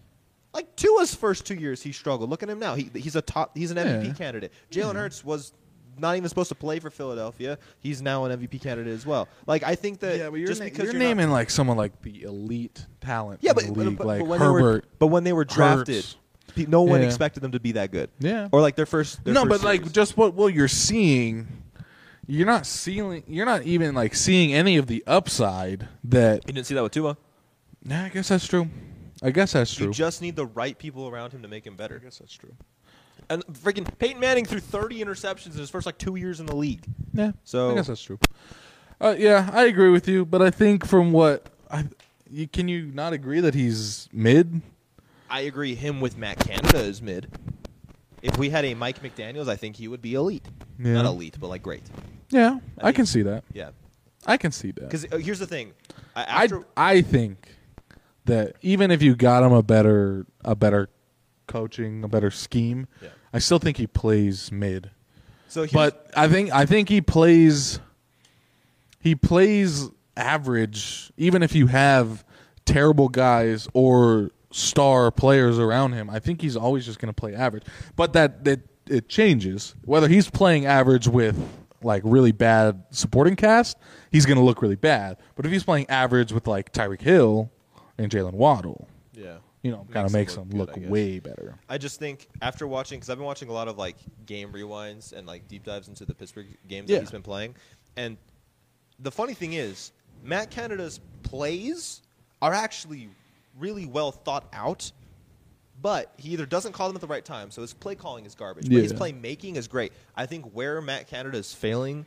Like Tua's first two years, he struggled. Look at him now. He, he's a top. He's an MVP Yeah. candidate. Jalen Hurts was not even supposed to play for Philadelphia. He's now an MVP candidate as well. Like I think that yeah, but you're, just na- because you're you're not- naming like someone like the elite talent. yeah, in but, the but- league, but, like but when they were Herbert. but when they were drafted, Hurts. pe- no one Yeah. expected them to be that good. Yeah. or like their first. Their no, first but like series. just what well you're seeing you're not seeing you're not even like seeing any of the upside that You didn't see that with Tua. Nah, I guess that's true. I guess that's true. You just need the right people around him to make him better. I guess that's true. And freaking Peyton Manning threw 30 interceptions in his first like two years in the league. Yeah. So- I guess that's true. Uh, yeah, I agree with you, but I think from what I you, can you not agree that he's mid? I agree. Him with Matt Canada is mid. If we had a Mike McDaniel's, I think he would be elite. Yeah. Not elite, but like great. Yeah, I, mean- can see that. Yeah. I can see that. Because here's the thing. I- I After, I think that even if you got him a better a better coaching, a better scheme, Yeah. I still think he plays mid. so here's, But I think I think he plays he plays average even if you have terrible guys or star players around him. I think he's always just going to play average. But that that it changes whether he's playing average with like really bad supporting cast, he's going to look really bad. But if he's playing average with like Tyreek Hill and Jalen Waddle, yeah. you know, kind of makes him look, good, I guess. way better. I just think after watching, because I've been watching a lot of like game rewinds and like deep dives into the Pittsburgh games Yeah. that he's been playing, and the funny thing is, Matt Canada's plays are actually really well thought out, but he either doesn't call them at the right time, so his play calling is garbage. But his Yeah. play making is great. I think where Matt Canada is failing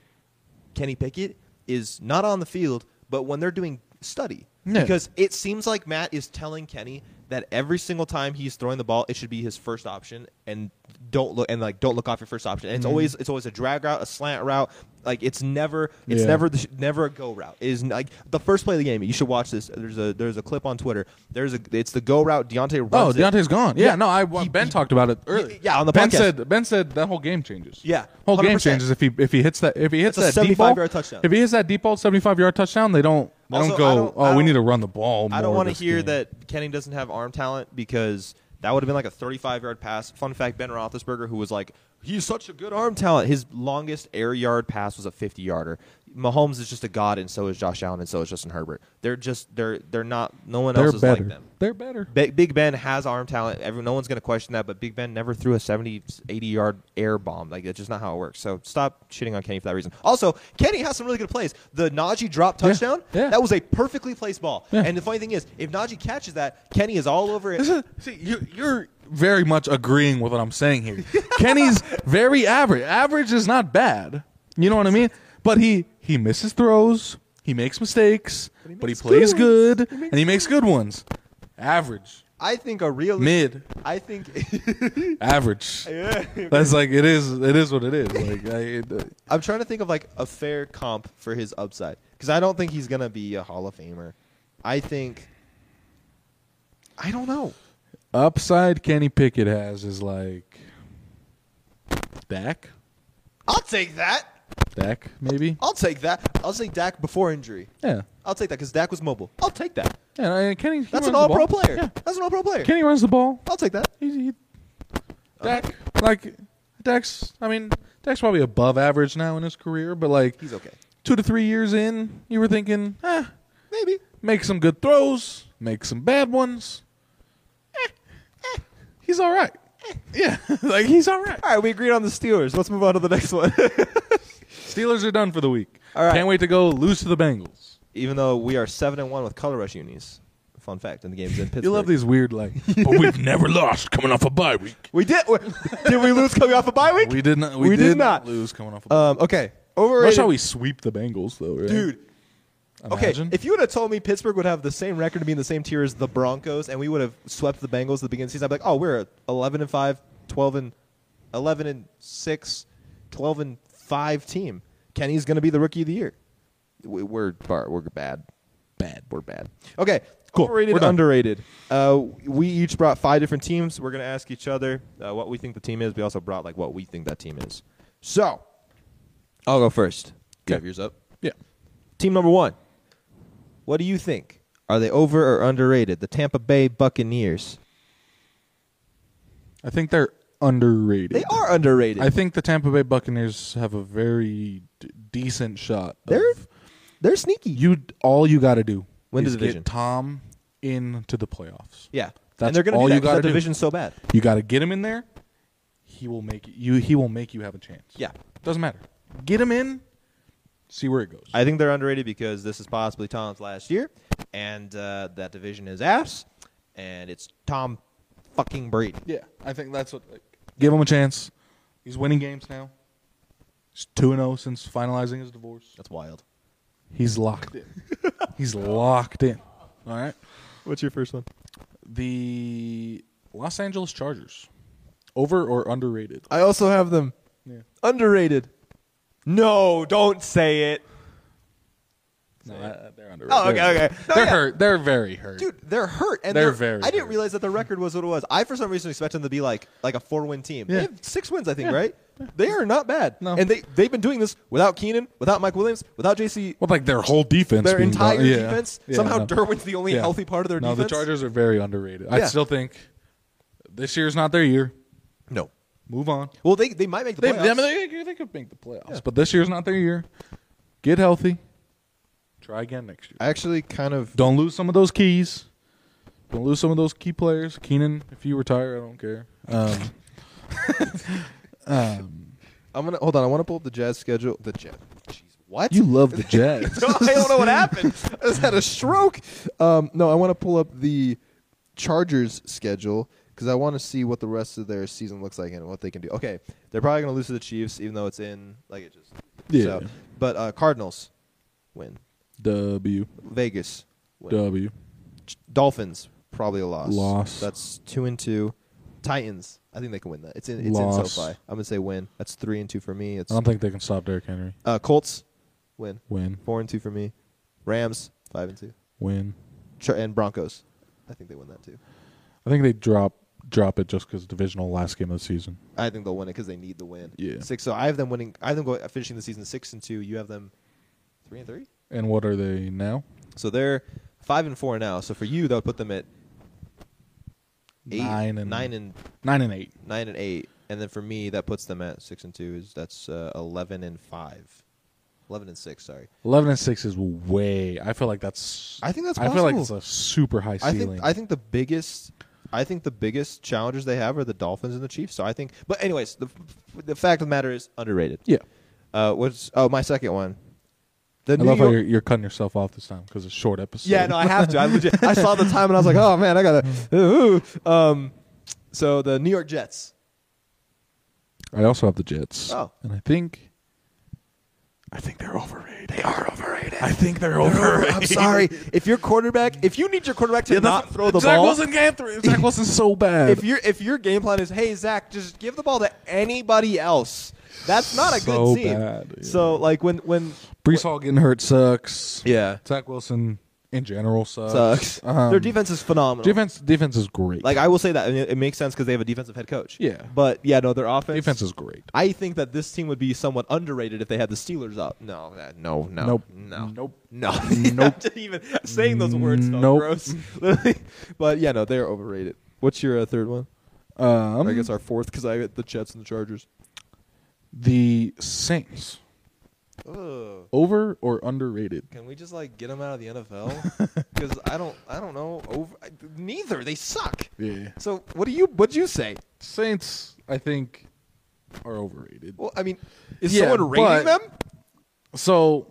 Kenny Pickett is not on the field, but when they're doing study. Yeah. Because it seems like Matt is telling Kenny that every single time he's throwing the ball, it should be his first option and don't look and like don't look off your first option. And it's Mm-hmm. always it's always a drag route, a slant route. Like it's never it's Yeah. never the, sh- never a go route. It is n- like the first play of the game. You should watch this. There's a there's a clip on Twitter. There's a it's the go route. Deontay. Oh, runs it. Deontay's gone. Yeah, no, I uh, He- Ben he- talked about it earlier. yeah, on the ben podcast. said Ben said that whole game changes. Yeah, whole game 100%. changes if he if he hits that if he hits It's a that deep 75 ball yard touchdown. If he hits that deep ball seventy five yard touchdown, they don't they Also, don't I go. don't- oh, I we don't- need to run the ball. I don't want to hear game. that Kenny doesn't have arm talent because that would have been like a 35 yard pass. Fun fact Ben Roethlisberger, who was like, he's such a good arm talent, his longest air yard pass was a 50 yarder. Mahomes is just a god, and so is Josh Allen, and so is Justin Herbert. They're just, they're, they're not, no one They're else is better. like them. They're better. Ba- Big Ben has arm talent. Every, no one's going to question that, but Big Ben never threw a 70, 80 yard air bomb. Like, that's just not how it works. So stop shitting on Kenny for that reason. Also, Kenny has some really good plays. The Najee drop Yeah. touchdown, Yeah. that was a perfectly placed ball. Yeah. And the funny thing is, if Najee catches that, Kenny is all over it. This is, see, you, you're very much agreeing with what I'm saying here. Kenny's very average. Average is not bad. You know what I mean? But he he misses throws. He makes mistakes. But he, makes good plays ones. good, and he makes good ones. Average, I think a real mid, I think. average. That's like it is. It is what it is. Like I, it, uh, I'm trying to think of like a fair comp for his upside because I don't think he's going to be a Hall of Famer. I think. I don't know. upside Kenny Pickett has is like Dak, I'll take that. Dak maybe. I'll take that. I'll take Dak before injury. Yeah, I'll take that because Dak was mobile. I'll take that. yeah. I- Kenny. he That's runs an the all pro ball. player. Yeah. That's an all pro player. Kenny runs the ball. I'll take that. He, he, Dak, like Dak's. I mean, Dak's probably above average now in his career, but like He's okay. Two to three years in, you were thinking, eh, Maybe. make some good throws, make some bad ones. Eh, eh, He's all right. Eh, Yeah, like he's all right. All right, we agreed on the Steelers. Let's move on to the next one. Steelers are done for the week. All right. Can't wait to go lose to the Bengals. Even though we are seven and one with color rush unis. Fun fact, and the game's in Pittsburgh. You love these weird like, but we've never lost coming off a bye week. We did. we- did we lose coming off a bye week? We did not. We, We did did not. lose coming off a bye. Um, okay. That's Overrated. how we sweep the Bengals though, right? dude. Imagine. Okay, if you would have told me Pittsburgh would have the same record to be in the same tier as the Broncos and we would have swept the Bengals at the beginning of the season, I'd be like, oh, we're 11 and 5, 12 and 11 and 6, 12 and 5 team. Kenny's going to be the rookie of the year. We- We're, bar- we're bad. Bad. We're bad. Okay. Cool. Overrated, We're done. underrated. Uh, we each brought five different teams. We're going to ask each other uh, what we think the team is. We also brought like what we think that team is. So, I'll go first. You Okay. have yours up. yeah. Team number one. What do you think? Are they over or underrated? The Tampa Bay Buccaneers. I think they're underrated. They are underrated. I think the Tampa Bay Buccaneers have a very d- decent shot. of- they're they're sneaky. you. All you got to do Win the is division. get Tom into the playoffs. yeah. That's and they're gonna all do that you 'cause gotta that do. division's so bad. You got to get him in there. He will make you. He will make you have a chance. Yeah. Doesn't matter. Get him in. see where it goes. I think they're underrated because this is possibly Tom's last year, and uh, that division is ass, and it's Tom fucking Brady. Yeah, I think that's what. Like, give him a chance. He's winning games now. He's two and zero since finalizing his divorce. That's wild. He's locked in. He's locked in. All right. What's your first one? The Los Angeles Chargers, over or underrated? I also have them. Yeah. Underrated. No, don't say it. No, I- they're underrated. Oh, okay, They're- okay. No, they're yeah. hurt. They're very hurt. Dude, they're hurt, and They're they're, very I didn't hurt. realize that the record was what it was. I, for some reason, expected them to be like like a four win team. Yeah. They have six wins, I think, right? They are not bad. No. and they they've been doing this without Keenan, without Mike Williams, without JC. Well, like their whole defense. their being entire gone. Yeah. defense. Yeah, Somehow, no. Derwin's the only Yeah. healthy part of their no, defense. the Chargers are very underrated. I Yeah. still think this year's not their year. No. Move on. Well, they they might make the They, playoffs. I mean, they, they could make the playoffs, but this year's not their year. Get healthy. Try again next year. I actually kind of Don't lose some of those keys. Don't lose some of those key players. Keenan, if you retire, I don't care. Um, I'm gonna hold on. I want to pull up the Jazz schedule. The Jazz. Jeez, what? you love the Jets. No, I don't know what happened. I just had a stroke. Um, no, I want to pull up the Chargers schedule because I want to see what the rest of their season looks like and what they can do. Okay, they're probably going to lose to the Chiefs, even though it's in like it just. Yeah. So, but uh, Cardinals win. w. Vegas win. W. Dolphins probably a loss. Loss. That's two and two. Titans. I think they can win that. It's in. It's in Loss. Um. SoFi. I'm gonna say win. That's three and two for me. It's I don't think they can stop Derrick Henry. uh, Colts win. Win. Four and two for me. Rams five and two. Win. Ch- and Broncos. I think they win that too. I think they drop drop it just because divisional last game of the season. I think they'll win it because they need the win. Yeah. Six. So I have them winning. I have them go, finishing the season six and two. You have them three and three. And what are they now? So they're five and four now. So for you, that would put them at eight, Nine and- nine and Nine and eight. nine and eight. And then for me, that puts them at six and two. Is that's uh, eleven and five. Eleven and six. Sorry. Eleven and six is way. I feel like that's. I think that's I feel like it's possible. a super high I ceiling. think I think the biggest I think the biggest challengers they have are the Dolphins and the Chiefs. So I think, but anyways, the the fact of the matter is underrated. yeah. Uh, what's oh my second one? The I New love how York- you're, you're cutting yourself off this time because it's a short episode. yeah, no, I have to. I legit. I saw the time and I was like, oh man, I gotta. Ooh. Um, so the New York Jets. I also have the Jets. Oh. and I think, I think they're overrated. They are overrated. I think they're overrated. I'm sorry. If your quarterback, if you need your quarterback to not throw the Zach ball, Wilson can't throw. Zach Wilson's so bad. if your if your game plan is, hey Zach, just give the ball to anybody else, that's not a So good team. bad, yeah. So like when when Brees Hall getting hurt sucks. yeah Zach Wilson in general sucks. sucks, Um, their defense is phenomenal. defense defense is great. like I will say that and it, it makes sense because they have a defensive head coach. Yeah. but yeah, no, their offense defense is great. I think that this team would be somewhat underrated if they had the Steelers up. No, that- no, no, Nope. no, Nope. no, Nope. Just even saying those words, felt Nope. gross. Literally. but yeah, no, they're overrated. What's your uh, third one? Um, I guess our fourth because I got the Jets and the Chargers. the Saints Ugh. over or underrated? Can we just like get them out of the NFL? Because I don't, I don't know. Over, I, neither they suck. Yeah. So what do you, what'd you say? Saints, I think, are overrated. Well, I mean, is Yeah, someone rating but- them? So,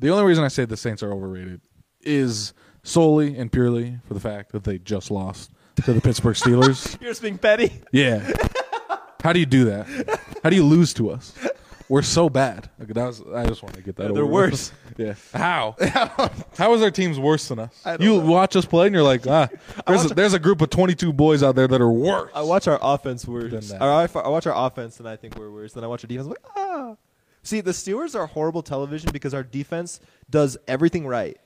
the only reason I say the Saints are overrated is solely and purely for the fact that they just lost to the Pittsburgh Steelers. You're just being petty. Yeah. How do you do that? How do you lose to us? We're so bad. Okay, that was, I just want to get that. They're over with. worse. Yeah. How? How is our teams worse than us? I don't You know. watch us play and you're like, ah, there's a, there's a group of 22 boys out there that are worse. I watch our offense Done worse. that. Or I, I watch our offense and I think we're worse. Then I watch our defense. I'm like ah. See, the Steelers are horrible television because our defense does everything right,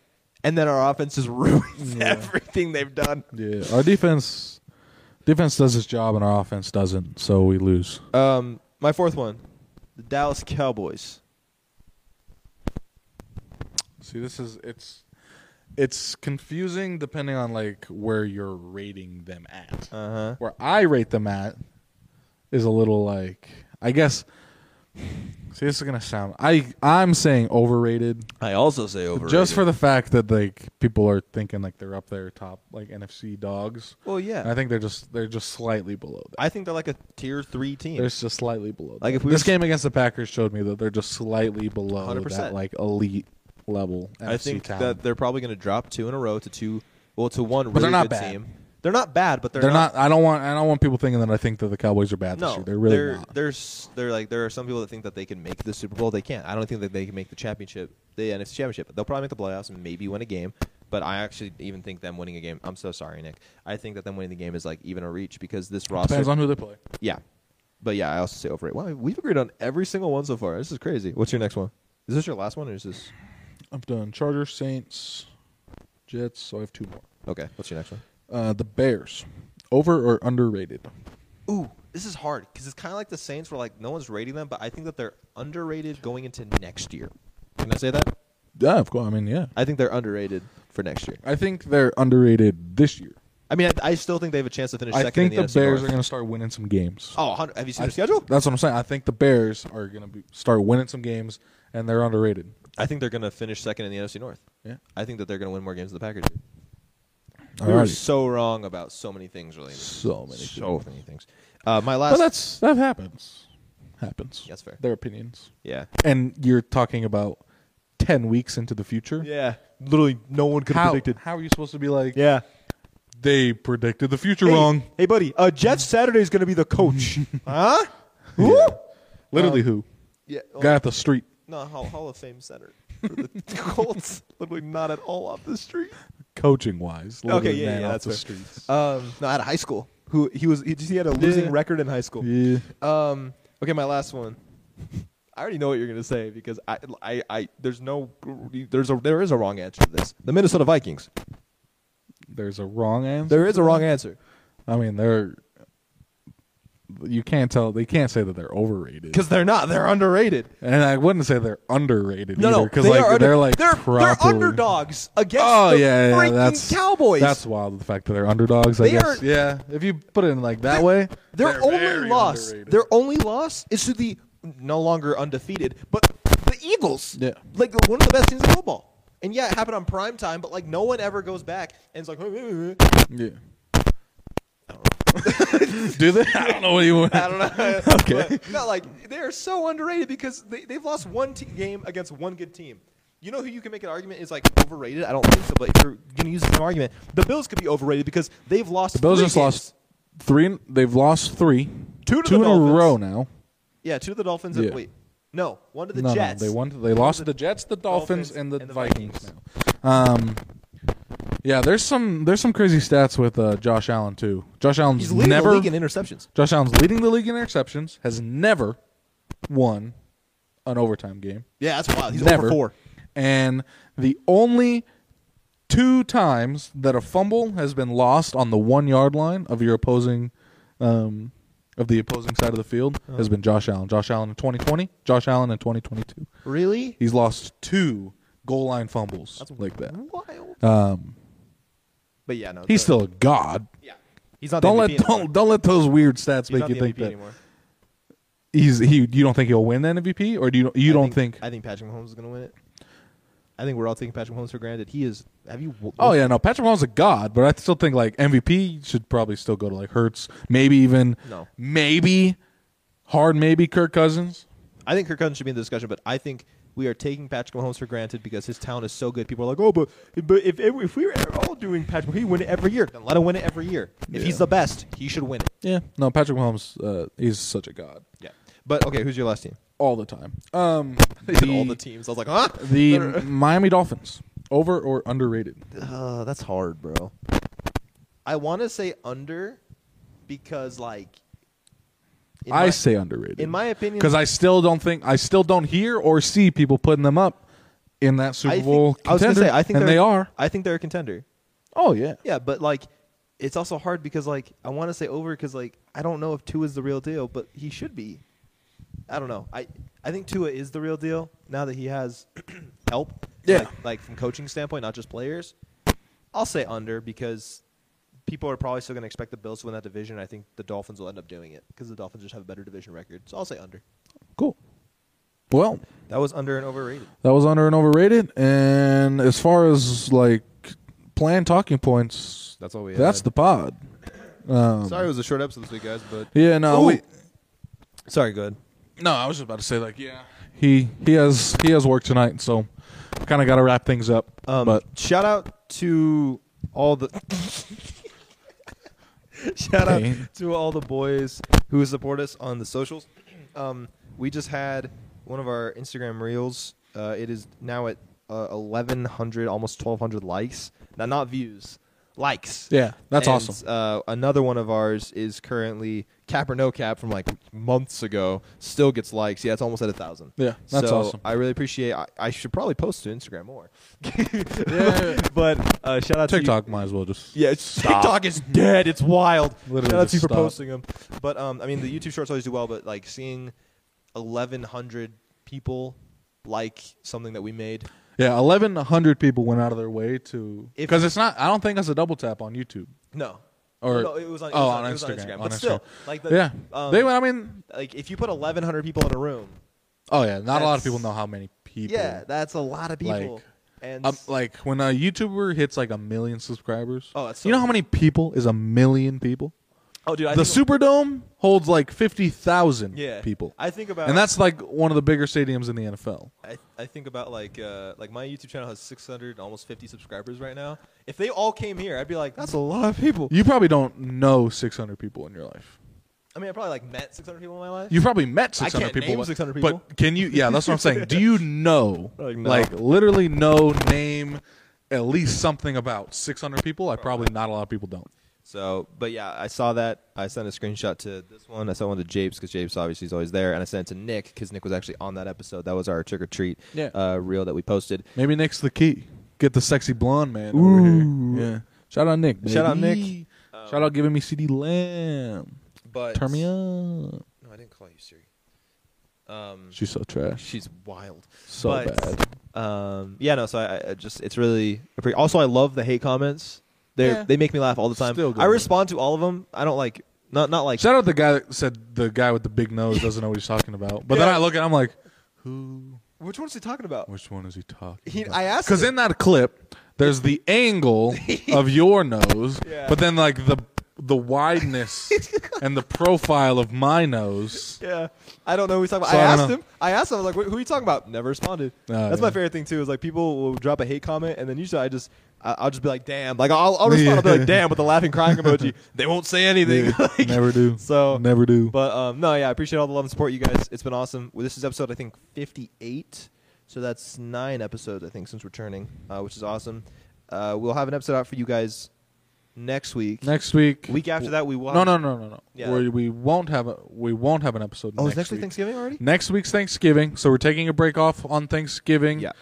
and then our offense just ruins everything they've done. Yeah, our defense defense does its job and our offense doesn't, so we lose. Um, my fourth one, the Dallas Cowboys. See, this is it's it's confusing depending on like where you're rating them at. Uh huh. Where I rate them at is a little like I guess See, this is gonna sound. I I'm saying overrated, I also say overrated. just for the fact that like people are thinking like they're up there top like NFC dogs. Well, yeah. And I think they're just they're just slightly below that. I think they're like a tier three team. They're just slightly below. Like, that. if we this were- game against the Packers showed me that they're just slightly below 100%. that like elite level. I NFC think talent. that they're probably going to drop two in a row to two, well, to one. Really they're not good bad. Team. They're not bad, but they're, They're not. I don't want. I don't want people thinking that I think that the Cowboys are bad this No, year. They're really they're, not. they're s- they're like there are some people that think that they can make the Super Bowl. They can't. I don't think that they can make the championship, the NFC championship. They'll probably make the playoffs and maybe win a game. But I actually even think them winning a game. I'm so sorry, Nick. I think that them winning the game is like even a reach because this roster. Depends on who they play. yeah, but yeah, I also say overrated. Wow, we've agreed on every single one so far. This is crazy. What's your next one? Is this your last one or is this I'm done. Chargers, Saints, Jets. So I have two more. okay? What's your next one? Uh, the Bears, over or underrated? Ooh, this is hard because it's kind of like the Saints, where like no one's rating them, but I think that they're underrated going into next year. Can I say that? Yeah, of course. I mean, yeah. I think they're underrated for next year. I think they're underrated this year. I mean, I, I still think they have a chance to finish I second think in the, the, NFC Bears North. are going to start winning some games. Oh, 100 have you seen I- their schedule? That's what I'm saying. I think the Bears are going to start winning some games, and they're underrated. I think they're going to finish second in the NFC North. Yeah. I think that they're going to win more games than the Packers. All We were right. so wrong about so many things related. So many so many things. Uh, my last. But that's that happens. Happens. That's fair. Their opinions. yeah. And you're talking about ten weeks into the future. Yeah. Literally, no one could How, how are you supposed to be like? Yeah. They predicted the future wrong. Hey, buddy. Uh, Jeff Saturday is going to be the coach. huh? Who? Yeah. Literally, who? Yeah. oh, Guy at the street. No, Hall, Hall of Fame center for the Colts. Literally not at all off the street. Coaching wise. Okay, yeah, yeah, that's the fair. streets. Um, no, out of high school. Who he was? He, just- he had a losing Yeah. record in high school. yeah. Um, okay, my last one. I already know what you're gonna say because I, I, I there's no, there's a, there is a wrong answer to this. The Minnesota Vikings. There's a wrong answer. There is a wrong answer. I mean, they're. You can't tell. They can't say that they're overrated. Because they're not. They're underrated. And I wouldn't say they're underrated No, either. no, because they like, are under- they're like they're, they're properly- underdogs against Oh the yeah, yeah, freaking that's Cowboys. That's wild. The fact that they're underdogs. I They guess. are- yeah. If you put it in like that way, Their they're only very loss, underrated. their only loss is to the no longer undefeated, but the Eagles. Yeah. Like one of the best teams in football. And yeah, it happened on prime time, but like no one ever goes back and it's like I Yeah. Do they? I don't know what you want. don't know. Okay. But, no, like they are so underrated because they, they've lost one t- game against one good team. You know who you can make an argument is like overrated? I don't think so, but if you're gonna use the same argument, the Bills could be overrated because they've lost The Bills three just games. lost three. They've lost three. Two to two the in a Dolphins. row now. Yeah, two to the Dolphins and Yeah. wait. No, one to the no, Jets. no, they won. They lost to the Jets, the Dolphins, and the, Vikings. Vikings. now. Um, yeah, there's some there's some crazy stats with uh, Josh Allen too. Josh Allen's He's leading never the league in interceptions. Josh Allen's leading the league in interceptions. Has never won an overtime game. Yeah, that's wild. He's never over four. And the only two times that a fumble has been lost on the one yard line of your opposing um, of the opposing side of the field Oh. has been Josh Allen. Josh Allen in 2020. Josh Allen in 2022. Really? He's lost two goal line fumbles like that. Wild. Um, but yeah, no. he's the- still a god. Yeah. He's not. Don't the let MVP anymore. don't, don't let those weird stats He's make not you the think MVP that anymore. he's he. You don't think he'll win the MVP, or do you you I don't think? I think Patrick Mahomes is going to win it. I think we're all taking Patrick Mahomes for granted. He is. Have you? w- Oh yeah, no, Patrick Mahomes is a god, but I still think like MVP should probably still go to like Hurts, maybe even No. maybe hard maybe Kirk Cousins. I think Kirk Cousins should be in the discussion, but I think we are taking Patrick Mahomes for granted because his talent is so good. People are like, oh, but but if if we were all doing Patrick, he win it every year. Then let him win it every year. If he's Yeah. the best, he should win it. Yeah, no, Patrick Mahomes, uh, he's such a god Yeah. But okay, who's your last team? all the time. Um, Said all the teams. I was like, huh? the They're- Miami Dolphins over or underrated? Uh, that's hard, bro. I want to say under because, like, in I my- say underrated in my opinion- because I still don't think I still don't hear or see people putting them up in that I Super think- Bowl I was gonna contender, say, I think and they're- they are. I think they're a contender. Oh yeah, Yeah, but like, it's also hard because, like, I want to say over because, like, I don't know if Tua is the real deal, but he should be. I don't know. I I think Tua is the real deal now that he has help. Yeah. Like, like from coaching standpoint, not just players. I'll say under because people are probably still going to expect the Bills to win that division. I think the Dolphins will end up doing it because the Dolphins just have a better division record. So I'll say under. cool. Well, That was under and overrated. that was under and overrated. And as far as like planned talking points, That's all we had. That's the pod. Sorry, it was a short episode this week, guys. But Yeah, no, we, sorry, good. no. I was just about to say like, yeah, he he has he has work tonight, so kind of got to wrap things up. Um, but shout out to all the shout out Pain. to all the boys who support us on the socials. Um, we just had one of our Instagram reels. Uh, it is now at uh, eleven hundred, almost twelve hundred likes. Now, not views, likes. Yeah, that's And, awesome. Uh, another one of ours is currently cap or no cap from like months ago. Still gets likes. Yeah, it's almost at a thousand. Yeah, that's so awesome. I really appreciate. I, I should probably post to Instagram more. yeah, But uh, shout out TikTok to you- might as well just Yeah, it's- TikTok is dead. It's wild. Literally shout out just to you for stop. posting them. But um, I mean, the YouTube shorts always do well. But like seeing eleven hundred people like something that we made. yeah. Eleven hundred people went out of their way to If- because it's not. I don't think that's a double tap on YouTube. No. Or no, it was on, it oh, was on, on it was on Instagram, Instagram. on But Instagram. still, like the, yeah, um, they went. I mean, like if you put eleven hundred people in a room, oh yeah, not a lot of that's- people know how many people. yeah, that's a lot of people. Like, and Um, like when a YouTuber hits like a million subscribers. Oh, that's so you know how cool. many people is a million people? oh, dude, I the think- Superdome holds like fifty thousand yeah, people, I think about and that's like one of the bigger stadiums in the NFL. I, I think about like uh, like my YouTube channel has 600 almost 50 subscribers right now. If they all came here, I'd be like, that's a lot of people. You probably don't know six hundred people in your life. I mean, I probably like met 600 people in my life. You probably met I six can't hundred people, name but- 600 people. but can you? Yeah, that's what I'm saying. Do you know, Like, no. literally know name at least something about six hundred people? I probably not a lot of people don't. so, but yeah, I saw that. I sent a screenshot to this one. I sent one to Japes because Japes obviously is always there, and I sent it to Nick because Nick was actually on that episode. That was our trick or treat Yeah. uh, reel that we posted. Maybe Nick's the key. Get the sexy blonde man over here. Yeah. Shout out Nick. Shout out baby. Shout out giving me CD Lamb. But Turn me up. No, I didn't call you Siri. Um, She's so trash. she's wild. So but, bad. Um, yeah, no. So I, I- I just it's really appre- also I love the hate comments. They Yeah. are they make me laugh all the time. Still good I ones. respond to all of them. I don't like not not like Shout out the guy that said the guy with the big nose doesn't know what he's talking about. But then Yeah. I look at him like, who? which one's he talking about? Which one is he talking He- about? I asked Because him. in that clip, there's the angle of your nose, Yeah. but then like the the wideness and the profile of my nose. Yeah, I don't know who he's talking about. So I, I don't asked know. him. I asked him. I was like, "Wait, "Who are you talking about?" Never responded. Oh, That's yeah. my favorite thing too. Is like people will drop a hate comment, and then usually I just I- I'll just be like, "Damn!" Like I'll, I'll respond. I'll be Yeah. like, "Damn!" with a laughing crying emoji. They won't say anything. Like, Never do. So Never do. But um, no, yeah, I appreciate all the love and support, you guys. It's been awesome. Well, this is episode I think fifty-eight, so that's nine episodes I think since returning, uh, which is awesome. Uh, we'll have an episode out for you guys next week. Next week. week after that, we will. No, have- no, no, no, no. Yeah. We, we won't have a we won't have an episode. Oh, next is next week week Thanksgiving already? Next week's Thanksgiving, so we're taking a break off on Thanksgiving. Yeah.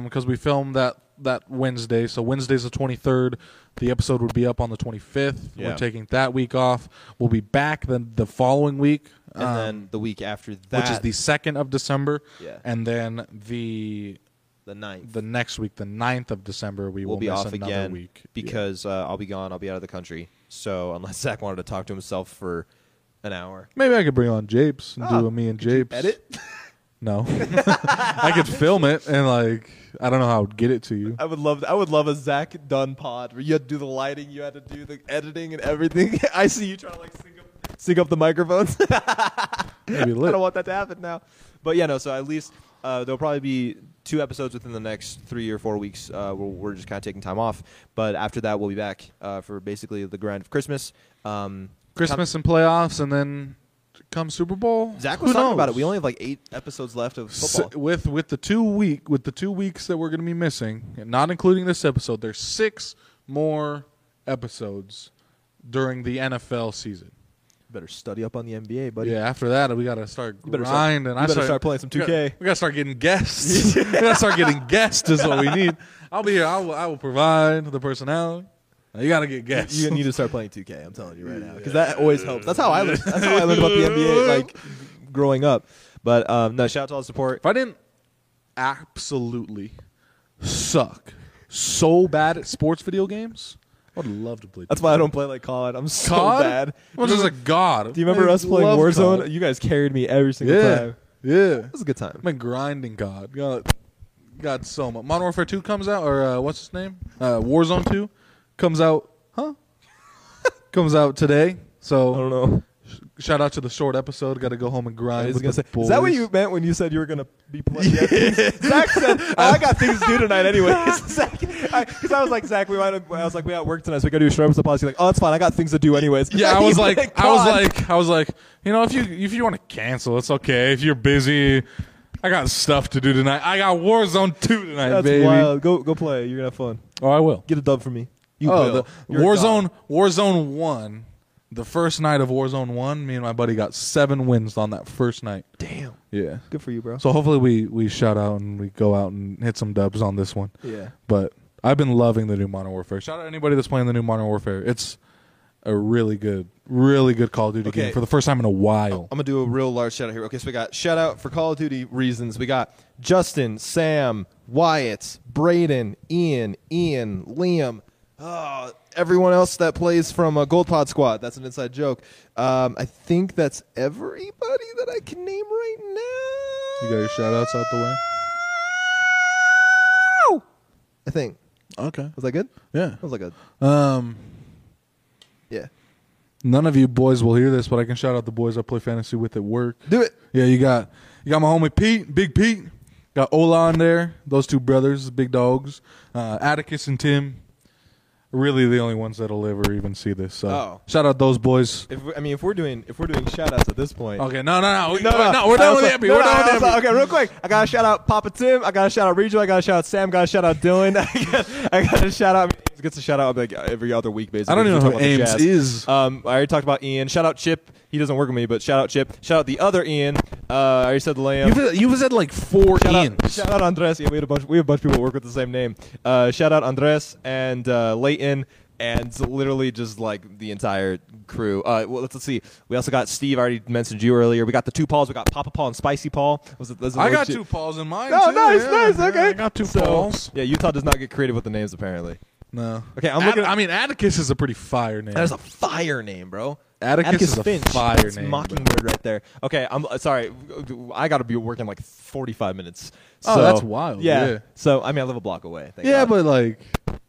because we filmed that that Wednesday, so Wednesday's the twenty third. The episode would be up on the twenty fifth. Yeah. We're taking that week off. We'll be back then the following week, And um, then the week after that, which is the second of December. Yeah. and then the the ninth. the next week, the 9th of December, we we'll will be miss off another again week Yeah. because uh, I'll be gone. I'll be out of the country. So unless Zach wanted to talk to himself for an hour, maybe I could bring on Japes and Ah, do a me and Japes edit. No, I could film it and like I don't know how I would get it to you. I would love. I would love a Zach Dunn pod where you had to do the lighting, you had to do the editing and everything. I see you trying to like sync up, sync up the microphones. I Maybe lit. don't want that to happen now. But yeah, no. So at least uh, there'll probably be two episodes within the next three or four weeks. Uh, where we're just kind of taking time off. But after that, we'll be back uh, for basically the grind of Christmas. Um, Christmas and playoffs, and then come Super Bowl. Zach was Who talking knows? about it. We only have like eight episodes left of S- football. with with the two week with the two weeks that we're going to be missing, and not including this episode. There's six more episodes during the NFL season. better study up on the NBA, buddy. Yeah, after that we got to start better grinding. start- you I better start playing some we gotta- 2K. We got to start getting guests. we got to start getting guests is what we need. I'll be here. I will, I will provide the personality. Now, you got to get guests. You need to start playing 2K. I'm telling you right now, because that always helps. That's how I learned. That's how I learned about the NBA, like growing up. But um, no, shout out to all the support. if I didn't absolutely suck so bad at sports video games, I would love to play. That's why I don't play like COD. I'm so COD? bad. I'm just a god. Do you remember I us playing love Warzone? COD. You guys carried me every single Yeah. time. Yeah. was a good time. I've been grinding God. Got, got so much. Modern Warfare 2 comes out, or uh, what's his name? Uh, Warzone 2 comes out, huh? comes out today. So I don't know. shout out to the short episode. Got to go home and I grind. was with gonna the say, is that what boys. you meant when you said you were gonna be playing? Zach said, oh, "I got things to do tonight, anyways." Zach, because I, was like, Zach, we might. Have, I was like, we got work tonight, so we gotta do a short episode policy. Like, oh, that's fine. I got things to do, anyways. Yeah, I was like, I was God. like, I was like, you know, if you if you want to cancel, it's okay. If you're busy, I got stuff to do tonight. I got Warzone 2 tonight, that's baby. wild. Go, go play. You're gonna have fun. Oh, I will. Get a dub for me. You will. oh, the You're a Warzone god. Warzone One. The first night of Warzone One, me and my buddy got seven wins on that first night. Damn. Yeah. Good for you, bro. So hopefully we we shout out and we go out and hit some dubs on this one. Yeah. But I've been loving the new Modern Warfare. Shout out anybody that's playing the new Modern Warfare. It's a really good, really good Call of Duty Okay. game for the first time in a while. I'm gonna do a real large shout out here. Okay, so we got shout out for Call of Duty reasons. We got Justin, Sam, Wyatt, Braden, Ian, Ian, Liam, uh, everyone else that plays from uh, Gold Pod Squad. That's an inside joke. Um, I think that's everybody that I can name right now. You got your shout outs out the way. I think Okay. was that good? Yeah. That was like a Um. yeah. None of you boys will hear this, but I can shout out the boys I play fantasy with at work. Do it. Yeah, you got you got my homie Pete, Big Pete. Got Ola on there. Those two brothers, big dogs. Uh, Atticus and Tim, really the only ones that'll ever even see this. So Oh. shout out those boys. If we, I mean, if we're doing if we're doing shout outs at this point, Okay, no, no, no, we- No, no, no, we're I done also- with Epi. no, we're no, done I with also- Epi. Okay, real quick. I gotta shout out Papa Tim. I gotta shout out Rejo. I gotta shout out Sam. Gotta shout out Dylan. I gotta, I gotta shout out. Gets a shout out like every other week, basically. I don't even We're know who talking about the Ames Jazz. is. Um, I already talked about Ian. Shout out Chip. He doesn't work with me, but shout out Chip. Shout out the other Ian. Uh, I already said the lamb. You've, you've said like four Shout out, Ians. shout out Andres. Yeah, we had a bunch. We have a bunch of people who work with the same name. Uh, shout out Andres and uh, Leighton and literally just like the entire crew. Uh, well, let's, let's see. We also got Steve. I already mentioned you earlier. We got the two Pauls. We got Papa Paul and Spicy Paul. Was it, those are I those got two- two Pauls in mine. Oh, too, nice, yeah, nice. yeah, Okay, I got two So, Pauls. Yeah, Utah does not get creative with the names apparently. No. Okay, I'm looking At- at- I mean, Atticus is a pretty fire name. That is a fire name, bro. Atticus is a Finch. fire That's name, Mockingbird right there. Okay, I'm uh, sorry. I got to be working like 45 minutes. Oh, So- that's wild, yeah. So I mean, I live a block away. thank yeah, God. but like,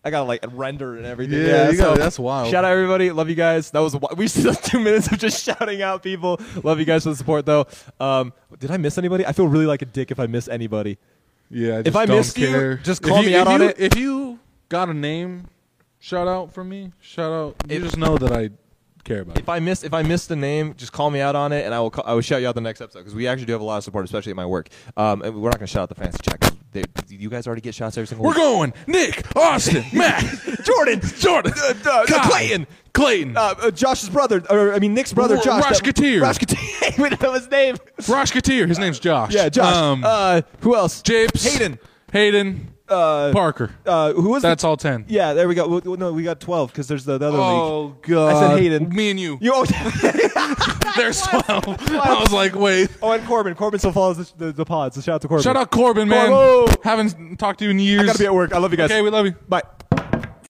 I gotta like render and everything. Yeah, you so gotta- that's wild. Shout out everybody. Love you guys. That was wi- we still have two minutes of just shouting out people. Love you guys for the support though. Um, did I miss anybody? I feel really like a dick if I miss anybody. Yeah, I If I don't missed you, care. just If call you- me if out on you- it. If you got a name, shout out for me. Shout out. You just know that I care about it. If I missed if I missed the name, just call me out on it, and I will call, I will shout you out the next episode because we actually do have a lot of support, especially at my work. Um, and we're not gonna shout out the fancy check. 'cause They, you guys already get shots every single We're week. going Nick, Austin, Matt, Jordan, Jordan, uh, uh, Kyle, Clayton. Clayton, uh, uh, Josh's brother, or I mean Nick's brother, Ro- Josh. that- Roshketeer. Roshketeer. we don't know his name. Rosh Katir. His name's Josh. Yeah, Josh. Um, uh, who else? Japes, Hayden. Hayden, Uh, Parker. Uh, who was That's the, all ten. Yeah, there we go. Well, No, we got twelve because there's the, the other league. Oh God! I said Hayden. Me and you. You oh, There's twelve. I was like, wait. oh, and Corbin. Corbin still follows the, the, the pod. So shout out to Corbin. Shout out Corbin, man. Corbo. Haven't talked to you in years. I gotta be at work. I love you guys. Okay, we love you. Bye.